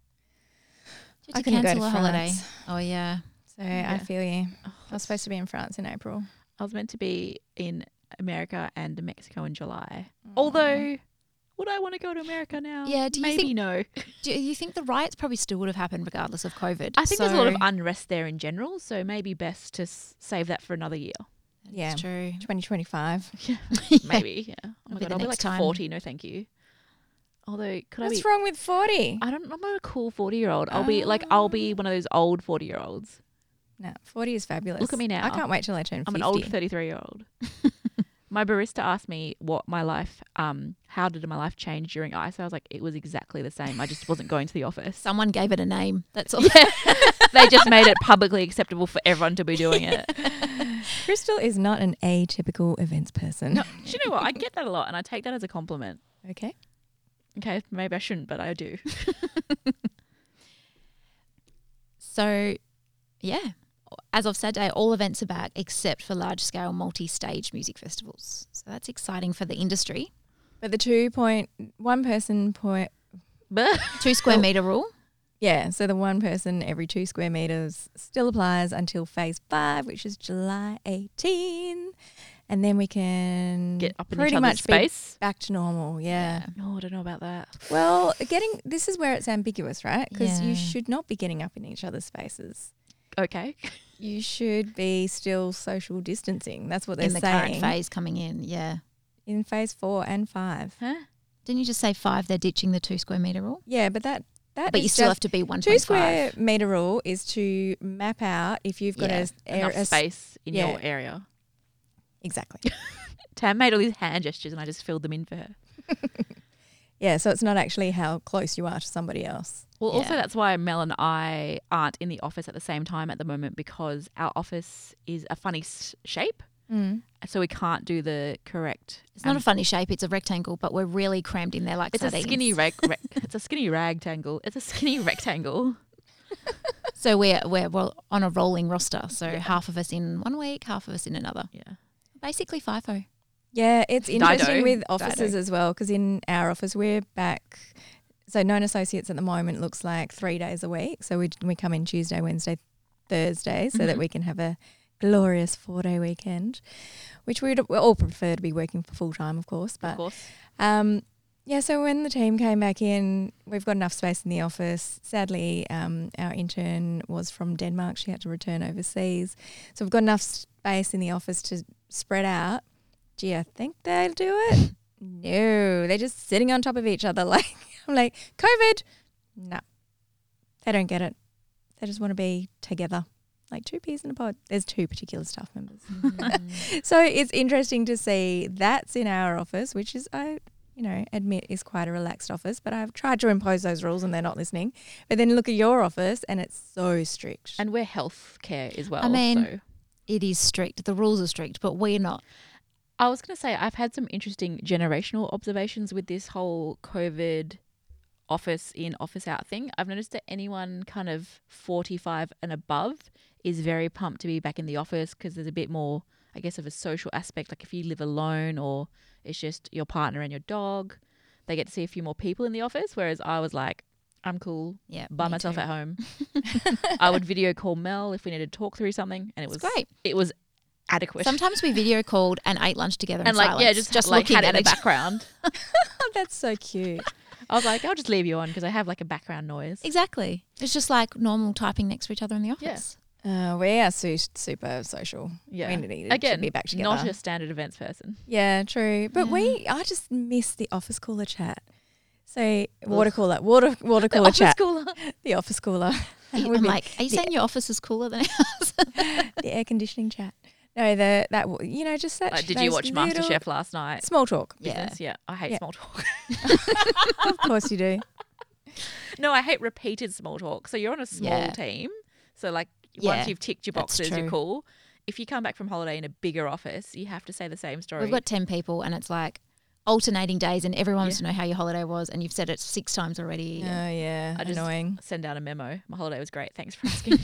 Speaker 2: You
Speaker 3: I
Speaker 2: had to
Speaker 3: couldn't go
Speaker 2: cancel
Speaker 3: to
Speaker 2: a holiday.
Speaker 3: France.
Speaker 2: Oh yeah,
Speaker 3: So
Speaker 1: Yeah.
Speaker 3: I feel you.
Speaker 1: Oh,
Speaker 3: I was supposed to be in France in April.
Speaker 1: I was meant to be in America and Mexico in July. Although, would I want to go to America now?
Speaker 2: Yeah, do you
Speaker 1: Maybe
Speaker 2: think-
Speaker 1: no.
Speaker 2: do you think the riots probably still would have happened regardless of COVID?
Speaker 1: I think there's a lot of
Speaker 2: So-
Speaker 1: unrest there in general, so maybe best to s- save that for another year.
Speaker 3: Yeah.
Speaker 2: That's true.
Speaker 3: 2025.
Speaker 1: Maybe, yeah. Oh my
Speaker 2: be
Speaker 1: god,
Speaker 2: the
Speaker 1: I'll be
Speaker 2: next
Speaker 1: like
Speaker 2: time.
Speaker 1: forty. No, thank you. Although, could I
Speaker 3: What's
Speaker 1: be?
Speaker 3: wrong with 40?
Speaker 1: I don't. I'm not a cool forty-year-old. I'll be like, I'll be one of those old forty-year-olds.
Speaker 3: No, 40 is fabulous.
Speaker 1: Look at me now.
Speaker 3: I can't wait till I turn 50.
Speaker 1: I'm an old thirty-three-year-old. my barista asked me what my life, um, how did my life change during ISO? I was like, it was exactly the same. I just wasn't going to the office.
Speaker 2: Someone gave it a name. That's all.
Speaker 1: they just made it publicly acceptable for everyone to be doing it.
Speaker 3: Crystal is not an atypical events person.
Speaker 1: No, do you know what? I get that a lot, and I take that as a compliment.
Speaker 3: Okay.
Speaker 1: Okay, maybe I shouldn't, but I do.
Speaker 2: So, yeah, as of Saturday, all events are back except for large scale multi stage music festivals. So that's exciting for the industry.
Speaker 3: But the two point one person point
Speaker 1: But
Speaker 2: Two square meter rule.
Speaker 3: yeah, so the one person every two square meters still applies until phase five, which is July 18, and then we can
Speaker 1: get up in
Speaker 3: pretty
Speaker 1: each
Speaker 3: much
Speaker 1: other's space.
Speaker 3: be back to normal. Yeah.
Speaker 1: No, Oh, I don't know about that.
Speaker 3: Well, getting this is where it's ambiguous, right? Because
Speaker 2: Yeah.
Speaker 3: you should not be getting up in each other's spaces.
Speaker 1: Okay.
Speaker 3: You should be still social distancing. That's what they're
Speaker 2: in the
Speaker 3: saying
Speaker 2: current phase coming in. Yeah.
Speaker 3: in phase four and five.
Speaker 1: Huh?
Speaker 2: Didn't you just say five? They're ditching the two square meter rule,
Speaker 3: Yeah, but that that
Speaker 2: but you
Speaker 3: is
Speaker 2: still
Speaker 3: just-
Speaker 2: have to be one
Speaker 3: Two square meter rule is to map out if you've got
Speaker 2: Yeah,
Speaker 3: a, a-
Speaker 1: enough
Speaker 3: a s-
Speaker 1: space in
Speaker 3: yeah.
Speaker 1: your area.
Speaker 3: Exactly.
Speaker 1: Tam made all these hand gestures and I just filled them in for her.
Speaker 3: Yeah, so it's not actually how close you are to somebody else.
Speaker 1: Well, also
Speaker 2: Yeah.
Speaker 1: that's why Mel and I aren't in the office at the same time at the moment because our office is a funny s- shape,
Speaker 3: Mm.
Speaker 1: so we can't do the correct.
Speaker 2: It's not
Speaker 1: um,
Speaker 2: a funny shape. It's a rectangle, but we're really crammed in there like
Speaker 1: It's a
Speaker 2: sardines.
Speaker 1: skinny rec, rec- It's a skinny rectangle. It's a skinny rectangle.
Speaker 2: So we're we're well on a rolling roster. So half of us in one week, half of us in another.
Speaker 1: Yeah.
Speaker 2: Basically FIFO.
Speaker 3: Yeah, it's
Speaker 1: Dido.
Speaker 3: interesting with
Speaker 1: Dido.
Speaker 3: offices as well because in our office we're back. So known associates at the moment looks like three days a week. So we we come in Tuesday, Wednesday, Thursday, so that we can have a glorious four day weekend, which we'd we all prefer to be working for full time, of course. But
Speaker 1: Of course.
Speaker 3: um, yeah, so when the team came back in, we've got enough space in the office. Sadly, um, our intern was from Denmark. She had to return overseas. So we've got enough space in the office to spread out. Do you think they'll do it? No, they're just sitting on top of each other. Like, I'm like, COVID. No, they don't get it. They just want to be together, like two peas in a pod. There's two particular staff members. So it's interesting to see that's in our office, which is I, you know, admit is quite a relaxed office. But I've tried to impose those rules, and they're not listening. But then look at your office, and it's so strict.
Speaker 1: And we're healthcare as well.
Speaker 2: mean-
Speaker 1: so.
Speaker 2: It is strict. The rules are strict, but we're not.
Speaker 1: I was going to say, I've had some interesting generational observations with this whole COVID office in, office out thing. I've noticed that anyone kind of 45 and above is very pumped to be back in the office because there's a bit more, I guess, of a social aspect. Like if you live alone or it's just your partner and your dog, they get to see a few more people in the office. Whereas I was like, I'm cool
Speaker 2: Yeah.
Speaker 1: by
Speaker 2: me
Speaker 1: myself
Speaker 2: too.
Speaker 1: at home. I would video call Mel if we needed to talk through something, and it was
Speaker 2: It's great.
Speaker 1: It was adequate.
Speaker 2: Sometimes we video called and ate lunch together in
Speaker 1: and like yeah,
Speaker 2: silence,
Speaker 1: just, just like
Speaker 2: looking
Speaker 1: had it
Speaker 2: at
Speaker 1: in the
Speaker 2: each
Speaker 1: background.
Speaker 3: oh, that's so cute.
Speaker 1: I was like, I'll just leave you on because I have like a background noise.
Speaker 2: Exactly. It's just like normal typing next to each other in the
Speaker 1: Yeah.
Speaker 2: office.
Speaker 3: Uh, we are su- super social.
Speaker 1: Yeah,
Speaker 3: we need to
Speaker 1: again,
Speaker 3: be back together.
Speaker 1: not a standard events person.
Speaker 3: yeah, true. But we, I just miss the office cooler chat. So water cooler, water water cooler
Speaker 1: office
Speaker 3: Oh, chat,
Speaker 1: cooler.
Speaker 3: the office cooler.
Speaker 2: I'm
Speaker 3: We've been-
Speaker 2: like, are you
Speaker 3: the-
Speaker 2: saying your office is cooler than
Speaker 3: the air conditioning chat. No, the that w- you know just that.
Speaker 1: Like, did you watch
Speaker 3: those little-
Speaker 1: MasterChef last night?
Speaker 3: Small talk.
Speaker 2: Yeah.
Speaker 1: Business, Yeah. I hate
Speaker 3: Yeah.
Speaker 1: small talk.
Speaker 3: of course you do. Oh,
Speaker 1: no, I hate repeated small talk. So you're on a small
Speaker 2: Yeah.
Speaker 1: team. So like
Speaker 2: Yeah,
Speaker 1: once you've ticked your
Speaker 2: that's
Speaker 1: boxes, you're
Speaker 2: true.
Speaker 1: cool. If you come back from holiday in a bigger office, you have to say the same story.
Speaker 2: We've got 10 people and it's like alternating days and everyone wants to know how your holiday was and you've said it six times already.
Speaker 3: Oh yeah,
Speaker 1: I just-
Speaker 3: annoying.
Speaker 1: Send down a memo. My holiday was great. Thanks for asking.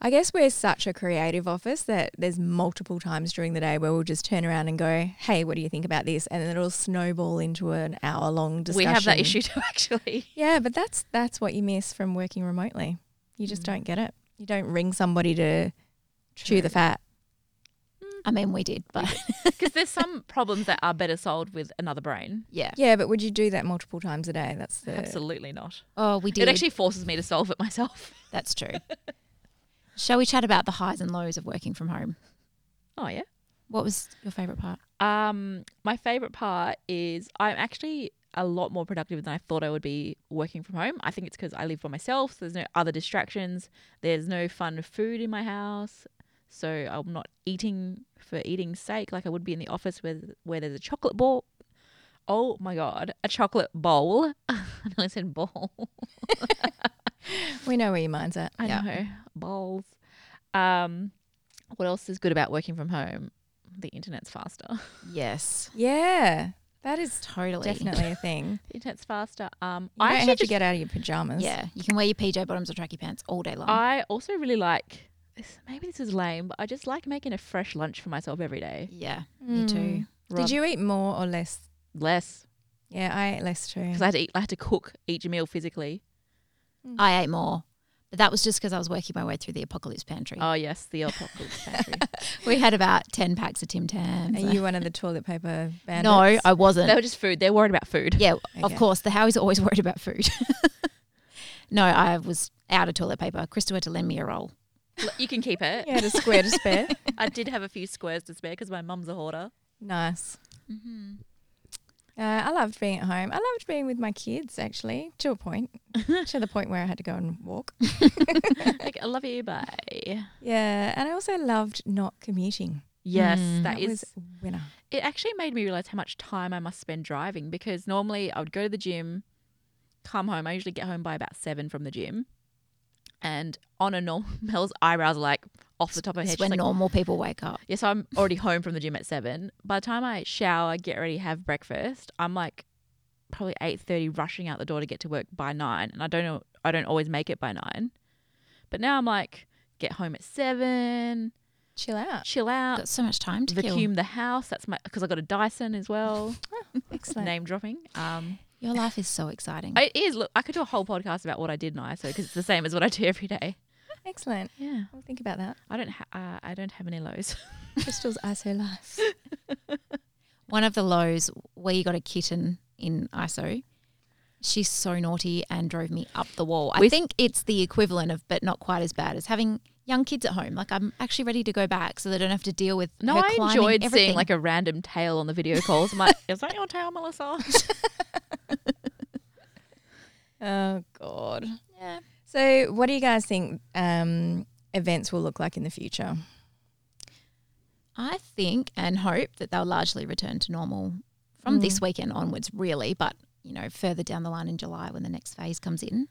Speaker 3: I guess we're such a creative office that there's multiple times during the day where we'll just turn around and go, "Hey, what do you think about this?" and then it'll snowball into an hour-long
Speaker 1: we
Speaker 3: discussion.
Speaker 1: have that issue too, actually.
Speaker 3: Yeah, but that's that's what you miss from working remotely. You
Speaker 1: Mm.
Speaker 3: just don't get it. You don't ring somebody to chew the fat.
Speaker 2: I mean, we did, but
Speaker 1: Because there's some problems that are better solved with another brain.
Speaker 2: yeah.
Speaker 3: Yeah, but would you do that multiple times a day? That's the
Speaker 1: Absolutely not.
Speaker 2: Oh, we did.
Speaker 1: It actually forces me to solve it myself.
Speaker 2: That's true. Shall we chat about the highs and lows of working from home?
Speaker 1: Oh yeah.
Speaker 2: What was your favourite part?
Speaker 1: Um, my favorite part is I'm actually a lot more productive than I thought I would be working from home. I think it's because I live by myself. So there's no other distractions. There's no fun food in my house, so I'm not eating for eating's sake like I would be in the office where where there's a chocolate bowl. Oh my god, a chocolate bowl! I nearly said bowl.
Speaker 3: we know where your mind's at.
Speaker 1: I
Speaker 2: Yeah.
Speaker 1: know. Balls. Um, what else is good about working from home? The internet's faster.
Speaker 2: Yes,
Speaker 3: Yeah, that is
Speaker 2: totally.
Speaker 3: definitely a thing.
Speaker 1: The internet's faster. Um,
Speaker 3: You
Speaker 1: I
Speaker 3: don't
Speaker 1: actually
Speaker 3: have to
Speaker 1: just-
Speaker 3: get out of your pajamas.
Speaker 2: Yeah, you can wear your PJ bottoms or tracky pants all day long.
Speaker 1: I also really like. This, maybe this is lame, but I just like making a fresh lunch for myself every day.
Speaker 2: yeah, me too.
Speaker 1: Rob-
Speaker 3: Did you eat more or less?
Speaker 1: Less
Speaker 3: Yeah, I ate less too.
Speaker 1: because I had to eat. I had to cook each meal physically.
Speaker 2: I ate more, but that was just because I was working my way through the apocalypse pantry.
Speaker 1: Oh yes, the apocalypse pantry.
Speaker 2: We had about ten packs of Tim
Speaker 3: Are
Speaker 2: Tams.
Speaker 3: you one of the toilet paper bandits?
Speaker 2: no, I
Speaker 1: they
Speaker 2: wasn't.
Speaker 1: were just food. They're worried about food.
Speaker 2: Yeah, of
Speaker 3: Okay.
Speaker 2: course. The Howie's are always worried about food. no, I was out of toilet paper. Crystal had to lend me a roll.
Speaker 1: Look, You can keep it.
Speaker 3: You had a square to spare.
Speaker 1: I did have a few squares to spare because my mum's a hoarder.
Speaker 3: nice.
Speaker 1: Mm-hmm.
Speaker 3: Uh, I loved being at home. I loved being with my kids, actually, to a point, to the point where I had to go and walk.
Speaker 1: Like, I love you, bye. Hmm,
Speaker 3: Yeah, and I also loved not commuting.
Speaker 1: Yes, that
Speaker 3: That
Speaker 1: is.
Speaker 3: was winner.
Speaker 1: It actually made me realize how much time I must spend driving because normally I would go to the gym, come home. I usually get home by about seven from the gym, and on a normal Mel's eyebrows are like off the top of her head.
Speaker 2: It's
Speaker 1: She's
Speaker 2: when
Speaker 1: like,
Speaker 2: normal people wake up.
Speaker 1: Yes, I'm already home from the gym at seven. By the time I shower, get ready, have breakfast, I'm like probably eight thirty, rushing out the door to get to work by nine. And I don't know, I don't always make it by nine. But now I'm like, get home at seven,
Speaker 3: Chill out.
Speaker 1: chill out,
Speaker 2: Got so much time to
Speaker 1: "Ah, vacuum
Speaker 2: kill.
Speaker 1: the house. That's my because I got a Dyson as well.
Speaker 3: Excellent.
Speaker 1: name dropping. Um,
Speaker 2: Your life is so exciting.
Speaker 1: it is. Look, I could do a whole podcast about what I did, and I so because it's the same as what I do every day.
Speaker 3: Excellent.
Speaker 1: Yeah,
Speaker 3: I'll think about that.
Speaker 1: I don't. Ha- uh, I don't have any lows.
Speaker 3: Crystal's ISO life.
Speaker 2: One of the lows, we got a kitten in ISO. She's so naughty and drove me up the wall. I
Speaker 1: We-
Speaker 2: think it's the equivalent of, but not quite as bad as having young kids at home. Like I'm actually ready to go back, so they don't have to deal with.
Speaker 1: No,
Speaker 2: her
Speaker 1: I
Speaker 2: climbing
Speaker 1: enjoyed
Speaker 2: everything.
Speaker 1: seeing like a random tail on the video calls. I'm like, is that your tail, Melissa?
Speaker 3: Oh God. Yeah. So, what do you guys think um, events will look like in the future?
Speaker 2: I think and hope that they'll largely return to normal from
Speaker 1: Mm.
Speaker 2: this weekend onwards, really. But you know, further down the line in July when the next phase comes in,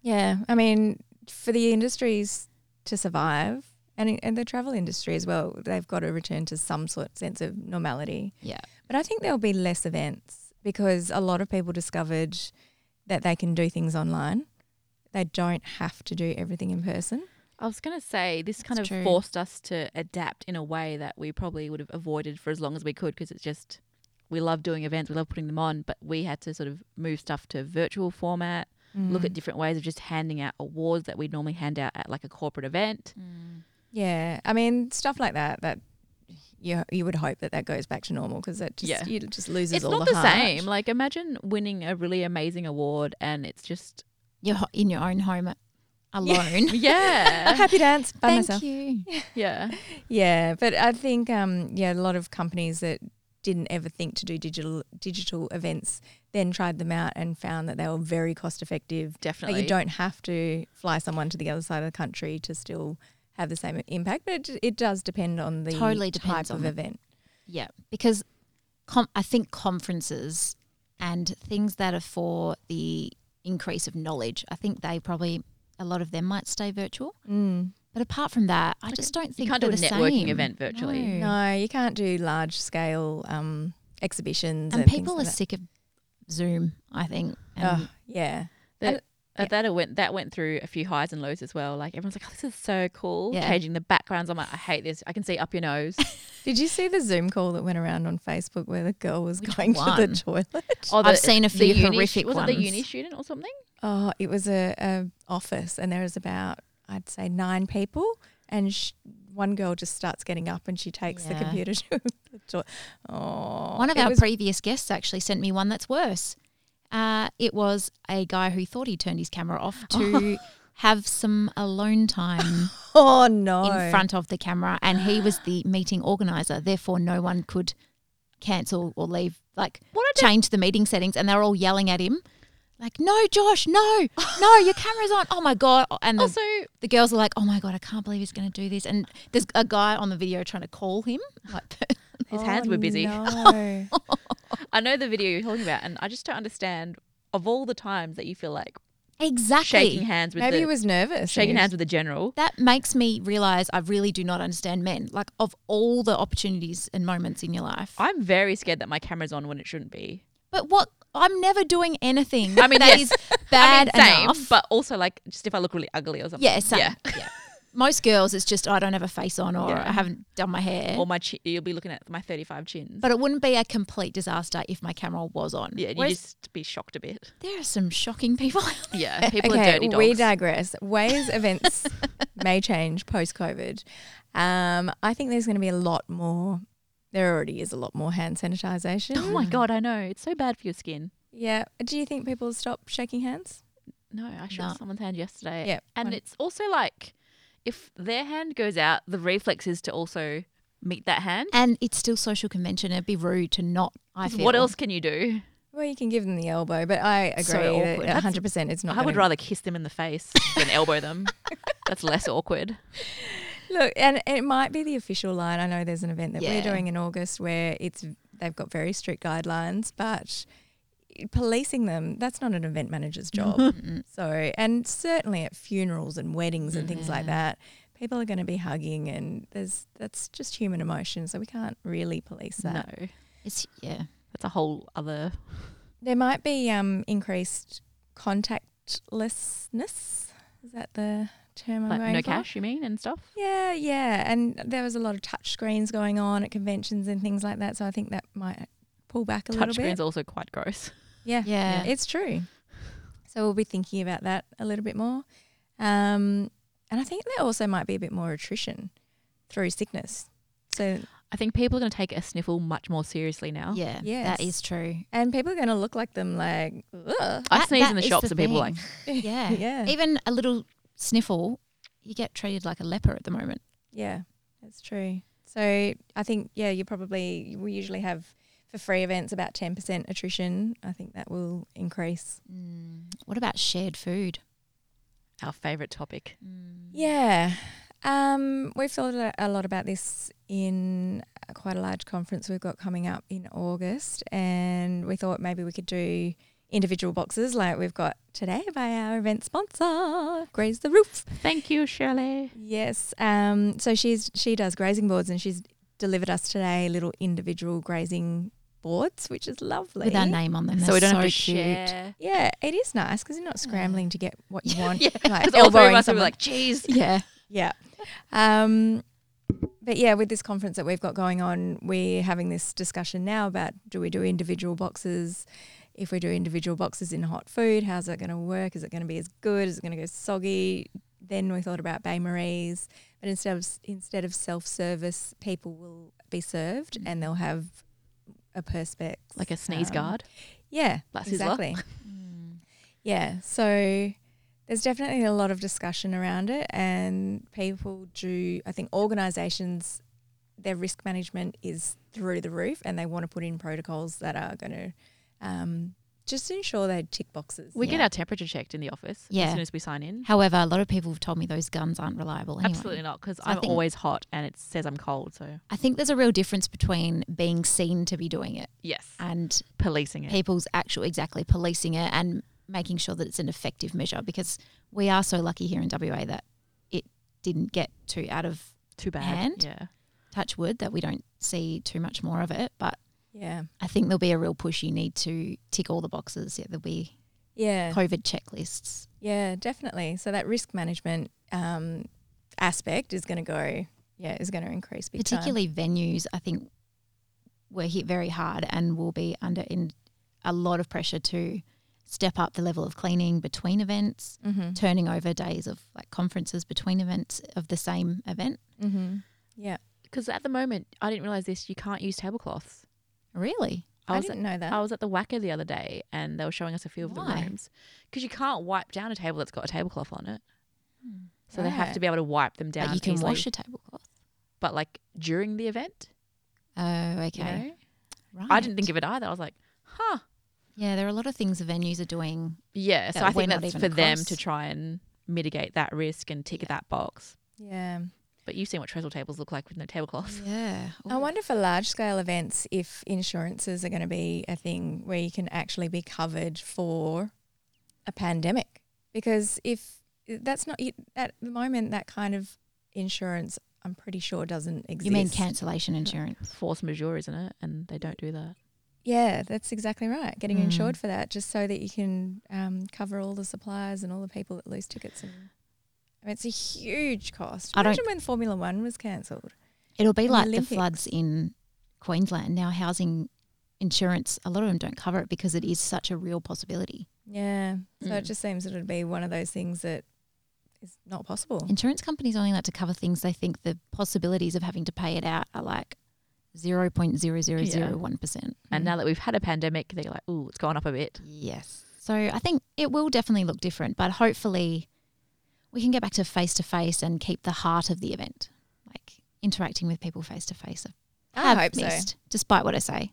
Speaker 3: Yeah, I mean, for the industries to survive, and and the travel industry as well, they've got to return to some sort of sense of normality.
Speaker 2: yeah,
Speaker 3: But I think there'll be less events because a lot of people discovered that they can do things online. They don't have to do everything in person.
Speaker 1: I was going to say this kind
Speaker 2: That's
Speaker 1: of
Speaker 2: true.
Speaker 1: forced us to adapt in a way that we probably would have avoided for as long as we could because it's just we love doing events, we love putting them on, but we had to sort of move stuff to virtual format, look at different ways of just handing out awards that we'd normally hand out at like a corporate event.
Speaker 3: Yeah, I mean, stuff like that. That you you would hope that that goes back to normal because that just
Speaker 1: Yeah.
Speaker 3: you just loses
Speaker 1: It's
Speaker 3: all
Speaker 1: not
Speaker 3: the,
Speaker 1: the,
Speaker 3: heart.
Speaker 1: same. Like imagine winning a really amazing award and it's just
Speaker 2: you're ho- in your own home a- alone.
Speaker 1: yeah,
Speaker 3: Happy dance by
Speaker 2: Thank
Speaker 3: myself.
Speaker 2: you.
Speaker 1: yeah.
Speaker 3: Yeah, but I think um, yeah, a lot of companies that didn't ever think to do digital digital events then tried them out and found that they were very cost effective. Like
Speaker 1: Definitely.
Speaker 3: you don't have to fly someone to the other side of the country to still have the same impact, but it, it does depend on the
Speaker 2: Totally depends
Speaker 3: type of
Speaker 2: on the-
Speaker 3: event.
Speaker 2: Yeah, because com- I think conferences and things that are for the increase of knowledge, I think they probably a lot of them might stay virtual.
Speaker 3: Mm.
Speaker 2: But apart from that, I just don't
Speaker 1: you
Speaker 2: think
Speaker 1: can't do
Speaker 2: they're
Speaker 1: a
Speaker 2: the
Speaker 1: networking
Speaker 2: same.
Speaker 1: event virtually.
Speaker 2: No.
Speaker 3: No, you can't do large scale um, exhibitions and,
Speaker 2: and people
Speaker 3: things like
Speaker 2: are
Speaker 3: that.
Speaker 2: sick of Zoom. I think. And
Speaker 3: Oh, yeah.
Speaker 1: That
Speaker 3: yeah.
Speaker 1: uh, that it went that went through a few highs and lows as well. Like everyone's like, "Oh, this is so cool."
Speaker 2: Yeah.
Speaker 1: Changing the backgrounds, I'm like, "I hate this. I can see up your nose."
Speaker 3: Did you see the Zoom call that went around on Facebook where the girl was
Speaker 2: Which
Speaker 3: going to
Speaker 2: one?
Speaker 3: the toilet?
Speaker 1: Or
Speaker 2: I've seen a few
Speaker 1: uni,
Speaker 2: horrific
Speaker 1: was it
Speaker 2: ones.
Speaker 1: the uni student or something?
Speaker 3: Oh, it was a, a office, and there was about I'd say nine people, and sh- one girl just starts getting up and she takes
Speaker 2: Yeah.
Speaker 3: the computer to the door. Oh,
Speaker 2: One of
Speaker 3: it
Speaker 2: our
Speaker 3: was-
Speaker 2: previous guests actually sent me one that's worse. Uh, it was a guy who thought he turned his camera off to have some alone time
Speaker 3: oh no
Speaker 2: in front of the camera, and he was the meeting organizer. Therefore, no one could cancel or leave, like
Speaker 1: What a
Speaker 2: change the meeting settings, and they were all yelling at him. Like, no, Josh, no, no, your camera's on. Oh my God. And the,
Speaker 1: Also,
Speaker 2: the girls are like, oh my God, I can't believe he's going to do this. And there's a guy on the video trying to call him. Like,
Speaker 1: his hands were busy.
Speaker 3: Oh, No.
Speaker 1: I know the video you're talking about, and I just don't understand. Of all the times that you feel like
Speaker 2: exactly.
Speaker 1: shaking hands with
Speaker 3: Maybe
Speaker 1: the,
Speaker 3: he was nervous.
Speaker 1: shaking
Speaker 3: and he
Speaker 1: hands with the general,
Speaker 2: that makes me realize I really do not understand men. Like of all the opportunities and moments in your life,
Speaker 1: I'm very scared that my camera's on when it shouldn't be.
Speaker 2: but what I'm never doing anything.
Speaker 1: I mean,
Speaker 2: that
Speaker 1: yes.
Speaker 2: is
Speaker 1: I
Speaker 2: bad
Speaker 1: mean, same,
Speaker 2: enough.
Speaker 1: but also like just if I look really ugly or something.
Speaker 2: yeah, same. yeah, Most girls, it's just "Oh, I don't have a face on or I haven't done my hair.
Speaker 1: Or my chin, you'll be looking at my 35 chins.
Speaker 2: but it wouldn't be a complete disaster if my camera was on.
Speaker 1: yeah, you
Speaker 2: Whereas
Speaker 1: just be shocked a bit.
Speaker 2: there are some shocking people.
Speaker 1: Yeah, people
Speaker 3: okay,
Speaker 1: are dirty dogs.
Speaker 3: we digress. Ways events may change post COVID. Um, I think there's going to be a lot more. There already is a lot more hand sanitization.
Speaker 1: Oh my god, I know. It's so bad for your skin.
Speaker 3: Yeah. Do you think people stop shaking hands?
Speaker 1: No, I shook
Speaker 2: No.
Speaker 1: someone's hand yesterday.
Speaker 3: Yep.
Speaker 1: And
Speaker 3: One-
Speaker 1: it's also like if their hand goes out, the reflex is to also meet that hand.
Speaker 2: and it's still social convention. It'd be rude to not. I
Speaker 1: 'Cause
Speaker 2: feel.
Speaker 1: What else can you do?
Speaker 3: Well, you can give them the elbow, but I agree.
Speaker 2: So
Speaker 3: that
Speaker 2: awkward. That's-
Speaker 3: 100% it's not.
Speaker 1: I would
Speaker 3: gonna-
Speaker 1: rather kiss them in the face than elbow them. That's less awkward.
Speaker 3: Look, and it might be the official line. I know there's an event that
Speaker 2: Yeah.
Speaker 3: we're doing in August where it's they've got very strict guidelines, but policing them that's not an event manager's job. so, and certainly at funerals and weddings and things
Speaker 1: Mm-hmm.
Speaker 3: like that, people are going to be hugging, and there's that's just human emotion, so we can't really police that.
Speaker 1: No,
Speaker 2: It's yeah.
Speaker 1: that's a whole other.
Speaker 3: There might be um, increased contactlessness. Is that the term I'm
Speaker 1: Like
Speaker 3: going
Speaker 1: no
Speaker 3: for?
Speaker 1: cash, you mean, and stuff.
Speaker 3: Yeah, yeah. And there was a lot of touch screens going on at conventions and things like that. So I think that might pull back a
Speaker 1: Touch
Speaker 3: little bit.
Speaker 1: screens also quite gross.
Speaker 3: yeah.
Speaker 2: Yeah.
Speaker 3: It's true. So we'll be thinking about that a little bit more. Um, and I think there also might be a bit more attrition through sickness. So
Speaker 1: I think people are going to take a sniffle much more seriously now.
Speaker 2: Yeah.
Speaker 3: Yes.
Speaker 2: That is true.
Speaker 3: and people are going to look like them like, Ugh.
Speaker 1: I
Speaker 2: That-
Speaker 1: sneeze
Speaker 2: that
Speaker 1: in the
Speaker 2: is
Speaker 1: shops
Speaker 2: the
Speaker 1: and people are
Speaker 2: thing.
Speaker 1: like,
Speaker 2: Yeah.
Speaker 3: Yeah.
Speaker 2: Even a little sniffle, you get treated like a leper at the moment.
Speaker 3: Yeah, that's true. So I think yeah, you probably we usually have for free events about ten percent attrition. I think that will increase.
Speaker 2: Mm. What about shared food?
Speaker 1: our favourite topic. Mm.
Speaker 3: Yeah. Um, we've thought a- a lot about this in uh, quite a large conference we've got coming up in August, and we thought maybe we could do individual boxes like we've got today by our event sponsor, Graze the Roof.
Speaker 1: Thank you, Shirley.
Speaker 3: Yes. Um, so she's she does grazing boards, and she's delivered us today little individual grazing boards, which is lovely.
Speaker 2: With our name on them.
Speaker 1: so we
Speaker 2: They're
Speaker 1: don't have to
Speaker 2: cute.
Speaker 1: share.
Speaker 3: Yeah, it is nice because you're not scrambling to get what you want.
Speaker 1: Yeah,
Speaker 3: like
Speaker 1: because all three of
Speaker 3: elbowing
Speaker 1: us were
Speaker 3: someone.
Speaker 1: like, "Geez,
Speaker 2: Yeah.
Speaker 3: yeah. Um, but yeah, with this conference that we've got going on, we're having this discussion now about do we do individual boxes? If we do individual boxes in hot food, how's that going to work? Is it going to be as good? Is it going to go soggy? Then we thought about Bay Marie's, but instead of instead of self service, people will be served and they'll have a perspex,
Speaker 1: like a sneeze
Speaker 3: um,
Speaker 1: guard."
Speaker 3: yeah,
Speaker 1: Like sizzler.
Speaker 3: exactly. Mm. yeah, so there's definitely a lot of discussion around it, and people do. I think organisations, their risk management is through the roof, and they want to put in protocols that are going to um, just ensure they tick boxes.
Speaker 1: We get
Speaker 2: Yeah.
Speaker 1: our temperature checked in the office
Speaker 2: Yeah.
Speaker 1: as soon as we sign in.
Speaker 2: However, a lot of people have told me those guns aren't reliable anyway.
Speaker 1: Absolutely not, because
Speaker 2: I
Speaker 1: I'm
Speaker 2: think-
Speaker 1: always hot and it says I'm cold. So
Speaker 2: I think there's a real difference between being seen to be doing it
Speaker 1: yes,
Speaker 2: and
Speaker 1: policing it.
Speaker 2: people's actual exactly policing it and making sure that it's an effective measure because we are so lucky here in WA that it didn't get too out of
Speaker 1: Too bad.
Speaker 2: hand.
Speaker 1: Yeah,
Speaker 2: touch wood that we don't see too much more of it, but
Speaker 3: yeah,
Speaker 2: I think there'll be a real push. You need to tick all the boxes. Yeah, there'll be
Speaker 3: yeah,
Speaker 2: COVID checklists.
Speaker 3: yeah, definitely. So that risk management um, aspect is going to go. Yeah, is going to increase big time.
Speaker 2: Particularly venues, I think, were hit very hard and will be under in a lot of pressure to step up the level of cleaning between events,
Speaker 1: Mm-hmm.
Speaker 2: turning over days of like conferences between events of the same event.
Speaker 3: Yeah,
Speaker 1: because at the moment I didn't realize this. You can't use tablecloths.
Speaker 2: Really?
Speaker 3: I,
Speaker 1: was
Speaker 3: didn't know that.
Speaker 1: I was at the Wacker the other day and they were showing us a few of
Speaker 2: Why?
Speaker 1: the rooms because you can't wipe down a table that's got a tablecloth on it. So they have
Speaker 3: Right.
Speaker 1: to be able to wipe them down.
Speaker 2: But Hmm. you can
Speaker 1: easily.
Speaker 2: wash a tablecloth.
Speaker 1: but like during the event,
Speaker 2: Oh, okay.
Speaker 1: you know,
Speaker 2: Right.
Speaker 1: I didn't think of it either. I was like, huh,
Speaker 2: Yeah, there are a lot of things venues are doing
Speaker 1: yeah. So
Speaker 2: That
Speaker 1: I
Speaker 2: we're
Speaker 1: think
Speaker 2: not
Speaker 1: that's
Speaker 2: even
Speaker 1: for them
Speaker 2: across.
Speaker 1: to try and mitigate that risk and tick that box.
Speaker 3: yeah.
Speaker 1: But you've seen what trestle tables look like with no tablecloths.
Speaker 2: Yeah.
Speaker 3: I wonder for large scale events if insurances are going to be a thing where you can actually be covered for a pandemic. Because if that's not you- at the moment, that kind of insurance, I'm pretty sure doesn't exist.
Speaker 2: You mean cancellation insurance?
Speaker 1: Force majeure, isn't it? And they don't do that.
Speaker 3: Yeah, that's exactly right. Getting
Speaker 2: Mm.
Speaker 3: insured for that, just so that you can um, cover all the suppliers and all the people that lose tickets. And I mean, it's a huge cost.
Speaker 2: I don't-
Speaker 3: Imagine when Formula One was cancelled.
Speaker 2: It'll be
Speaker 3: And the
Speaker 2: like the
Speaker 3: Olympics.
Speaker 2: floods in Queensland. Now, housing insurance, a lot of them don't cover it because it is such a real possibility.
Speaker 3: Yeah. So
Speaker 2: Hmm.
Speaker 3: it
Speaker 1: Mm.
Speaker 3: just seems that it'd be one of those things that is not possible.
Speaker 2: Insurance companies only like to cover things they think the possibilities of having to pay it out are like 0.0001%.
Speaker 1: And now that we've had a pandemic, they're like, ooh, it's gone up a bit.
Speaker 2: Yes. So I think it will definitely look different, but hopefully we can get back to face to face and keep the heart of the event, like interacting with people face to face.
Speaker 3: I hope so.
Speaker 2: missed, despite what I say.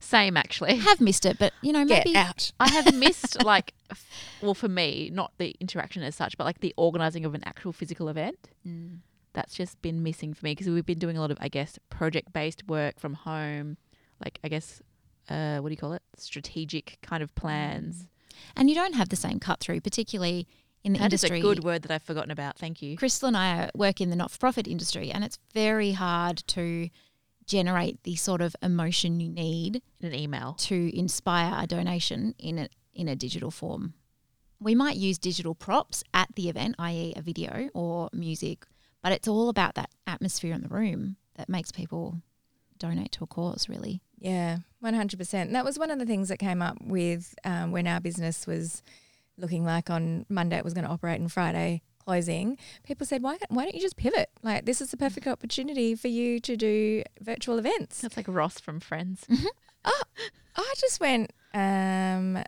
Speaker 1: Same, actually.
Speaker 2: have missed it, but you know,
Speaker 3: Get
Speaker 2: maybe
Speaker 3: out.
Speaker 1: I have missed, like, f- well, for me, not the interaction as such, but like the organizing of an actual physical event. that's just been missing for me because we've been doing a lot of, I guess, project based work from home, like, I guess, uh, what do you call it? Strategic kind of plans.
Speaker 2: And you don't have the same cut through, particularly in the
Speaker 1: That is
Speaker 2: Mm. industry.
Speaker 1: a good word that I've forgotten about. Thank you.
Speaker 2: Crystal and I work in the not for profit industry, and it's very hard to generate the sort of emotion you need
Speaker 1: In an email.
Speaker 2: to inspire a donation in a, in a digital form. We might use digital props at the event, i.e., a video or music, but it's all about that atmosphere in the room that makes people donate to a cause, really.
Speaker 3: Yeah, one hundred percent. That was one of the things that came up with um, when our business was looking like on Monday it was going to operate and Friday closing. People said, "Why why don't you just pivot? Like this is the perfect opportunity for you to do virtual events."
Speaker 1: That's like Ross from Friends.
Speaker 3: I just went, um,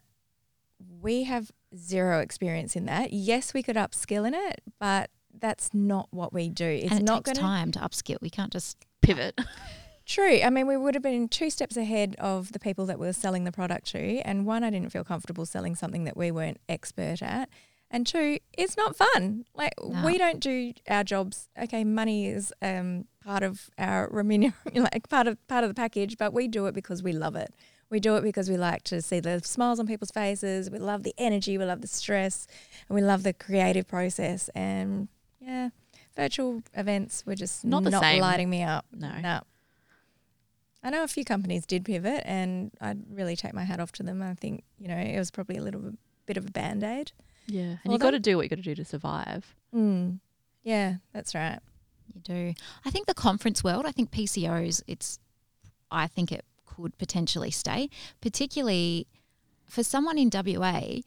Speaker 3: "We have zero experience in that. Yes, we could upskill in it, but that's not what we do. It's
Speaker 2: and it
Speaker 3: not going
Speaker 2: takes
Speaker 3: to
Speaker 2: time to upskill. We can't just
Speaker 1: Pivot.
Speaker 3: True. I mean, we would have been two steps ahead of the people that we were selling the product to. And one, I didn't feel comfortable selling something that we weren't expert at. And two, it's not fun. Like
Speaker 2: No.
Speaker 3: we don't do our jobs. Okay, money is um, part of our remuner- like part of part of the package, but we do it because we love it. We do it because we like to see the smiles on people's faces. We love the energy. We love the stress, and we love the creative process. And yeah, virtual events were just
Speaker 1: Not
Speaker 3: not,
Speaker 1: the same.
Speaker 3: lighting me up.
Speaker 1: No.
Speaker 3: No. I know a few companies did pivot, and I'd really take my hat off to them. I think you know it was probably a little bit of a band aid.
Speaker 1: Yeah. And
Speaker 3: Well,
Speaker 1: you got to
Speaker 3: that-
Speaker 1: do what you got to do to survive.
Speaker 3: Mm. Yeah, that's right.
Speaker 2: You do. I think the conference world, I think PCOs, it's, I think it could potentially stay, particularly for someone in WA,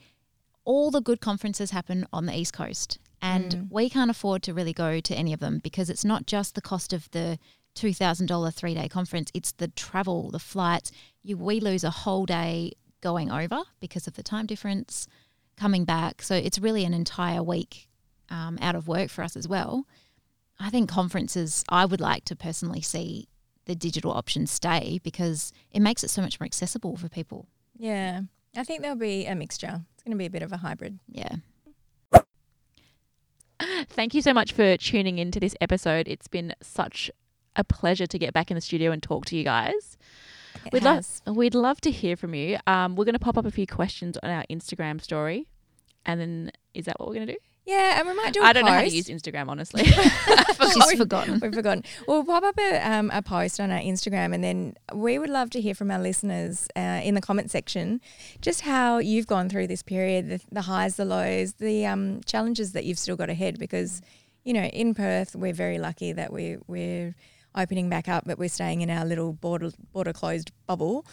Speaker 2: all the good conferences happen on the East Coast. And we can't afford to really go to any of them because it's not just the cost of the $2,000 three day conference, it's the travel, the flights. You, we lose a whole day going over because of the time difference, coming back. So it's really an entire week um, out of work for us as well. I think conferences, I would like to personally see the digital option stay because it makes it so much more accessible for people.
Speaker 3: Yeah, I think there'll be a mixture. It's going to be a bit of a hybrid.
Speaker 2: Yeah.
Speaker 1: Thank you so much for tuning into this episode. It's been such a pleasure to get back in the studio and talk to you guys.
Speaker 3: It
Speaker 1: we'd love
Speaker 3: has.
Speaker 1: we'd love to hear from you. Um, we're going to pop up a few questions on our Instagram story, and then is that what we're going to do?
Speaker 3: Yeah, and we might do. I
Speaker 1: I don't know how to use Instagram, honestly. I've
Speaker 2: She's
Speaker 1: forgotten.
Speaker 2: forgotten.
Speaker 3: We've forgotten. We'll pop up a, um, a post on our Instagram, and then we would love to hear from our listeners uh, in the comment section just how you've gone through this period, the, the highs, the lows, the um, challenges that you've still got ahead. Because you know, in Perth, we're very lucky that we we're opening back up, but we're staying in our little border border closed bubble.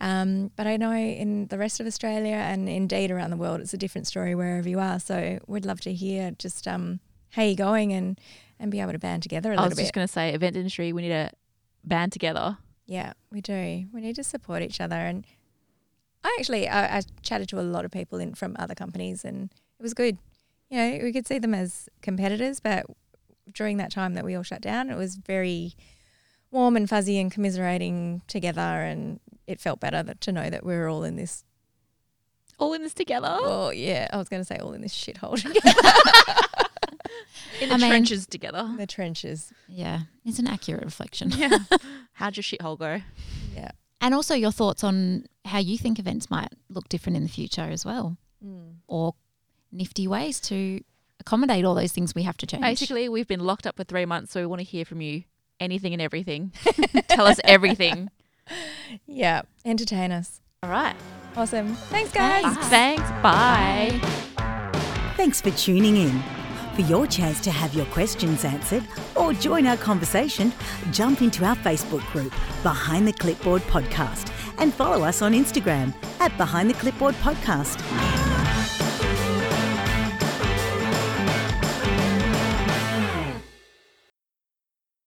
Speaker 3: Um, but I know in the rest of Australia and indeed around the world, it's a different story wherever you are. So we'd love to hear just um, how you're going and and be able to band together a
Speaker 1: I
Speaker 3: little
Speaker 1: was
Speaker 3: bit.
Speaker 1: just going to say, event industry, we need to band together.
Speaker 3: Yeah, we do. We need to support each other. And I actually, I, I chatted to a lot of people in from other companies, and it was good. You know, we could see them as competitors, but during that time that we all shut down, it was very warm and fuzzy and commiserating together, and it felt better that, to know that we were all in this.
Speaker 1: All in this together,
Speaker 3: Oh yeah, I was going to say all in this shithole,
Speaker 1: in the
Speaker 2: I mean-
Speaker 1: trenches together.
Speaker 3: the trenches.
Speaker 2: Yeah. It's an accurate reflection.
Speaker 1: Yeah. How'd your shithole go?
Speaker 3: Yeah.
Speaker 2: And also your thoughts on how you think events might look different in the future as well, or nifty ways to accommodate all those things we have to change.
Speaker 1: Basically, we've been locked up for three months, so we want to hear from you. Anything and everything. Tell us everything.
Speaker 3: Yeah, entertain us.
Speaker 1: All right.
Speaker 3: Awesome. Thanks, guys.
Speaker 1: Thanks. Bye.
Speaker 4: Thanks for tuning in. For your chance to have your questions answered or join our conversation, jump into our Facebook group, Behind the Clipboard Podcast, and follow us on Instagram at Behind the Clipboard Podcast.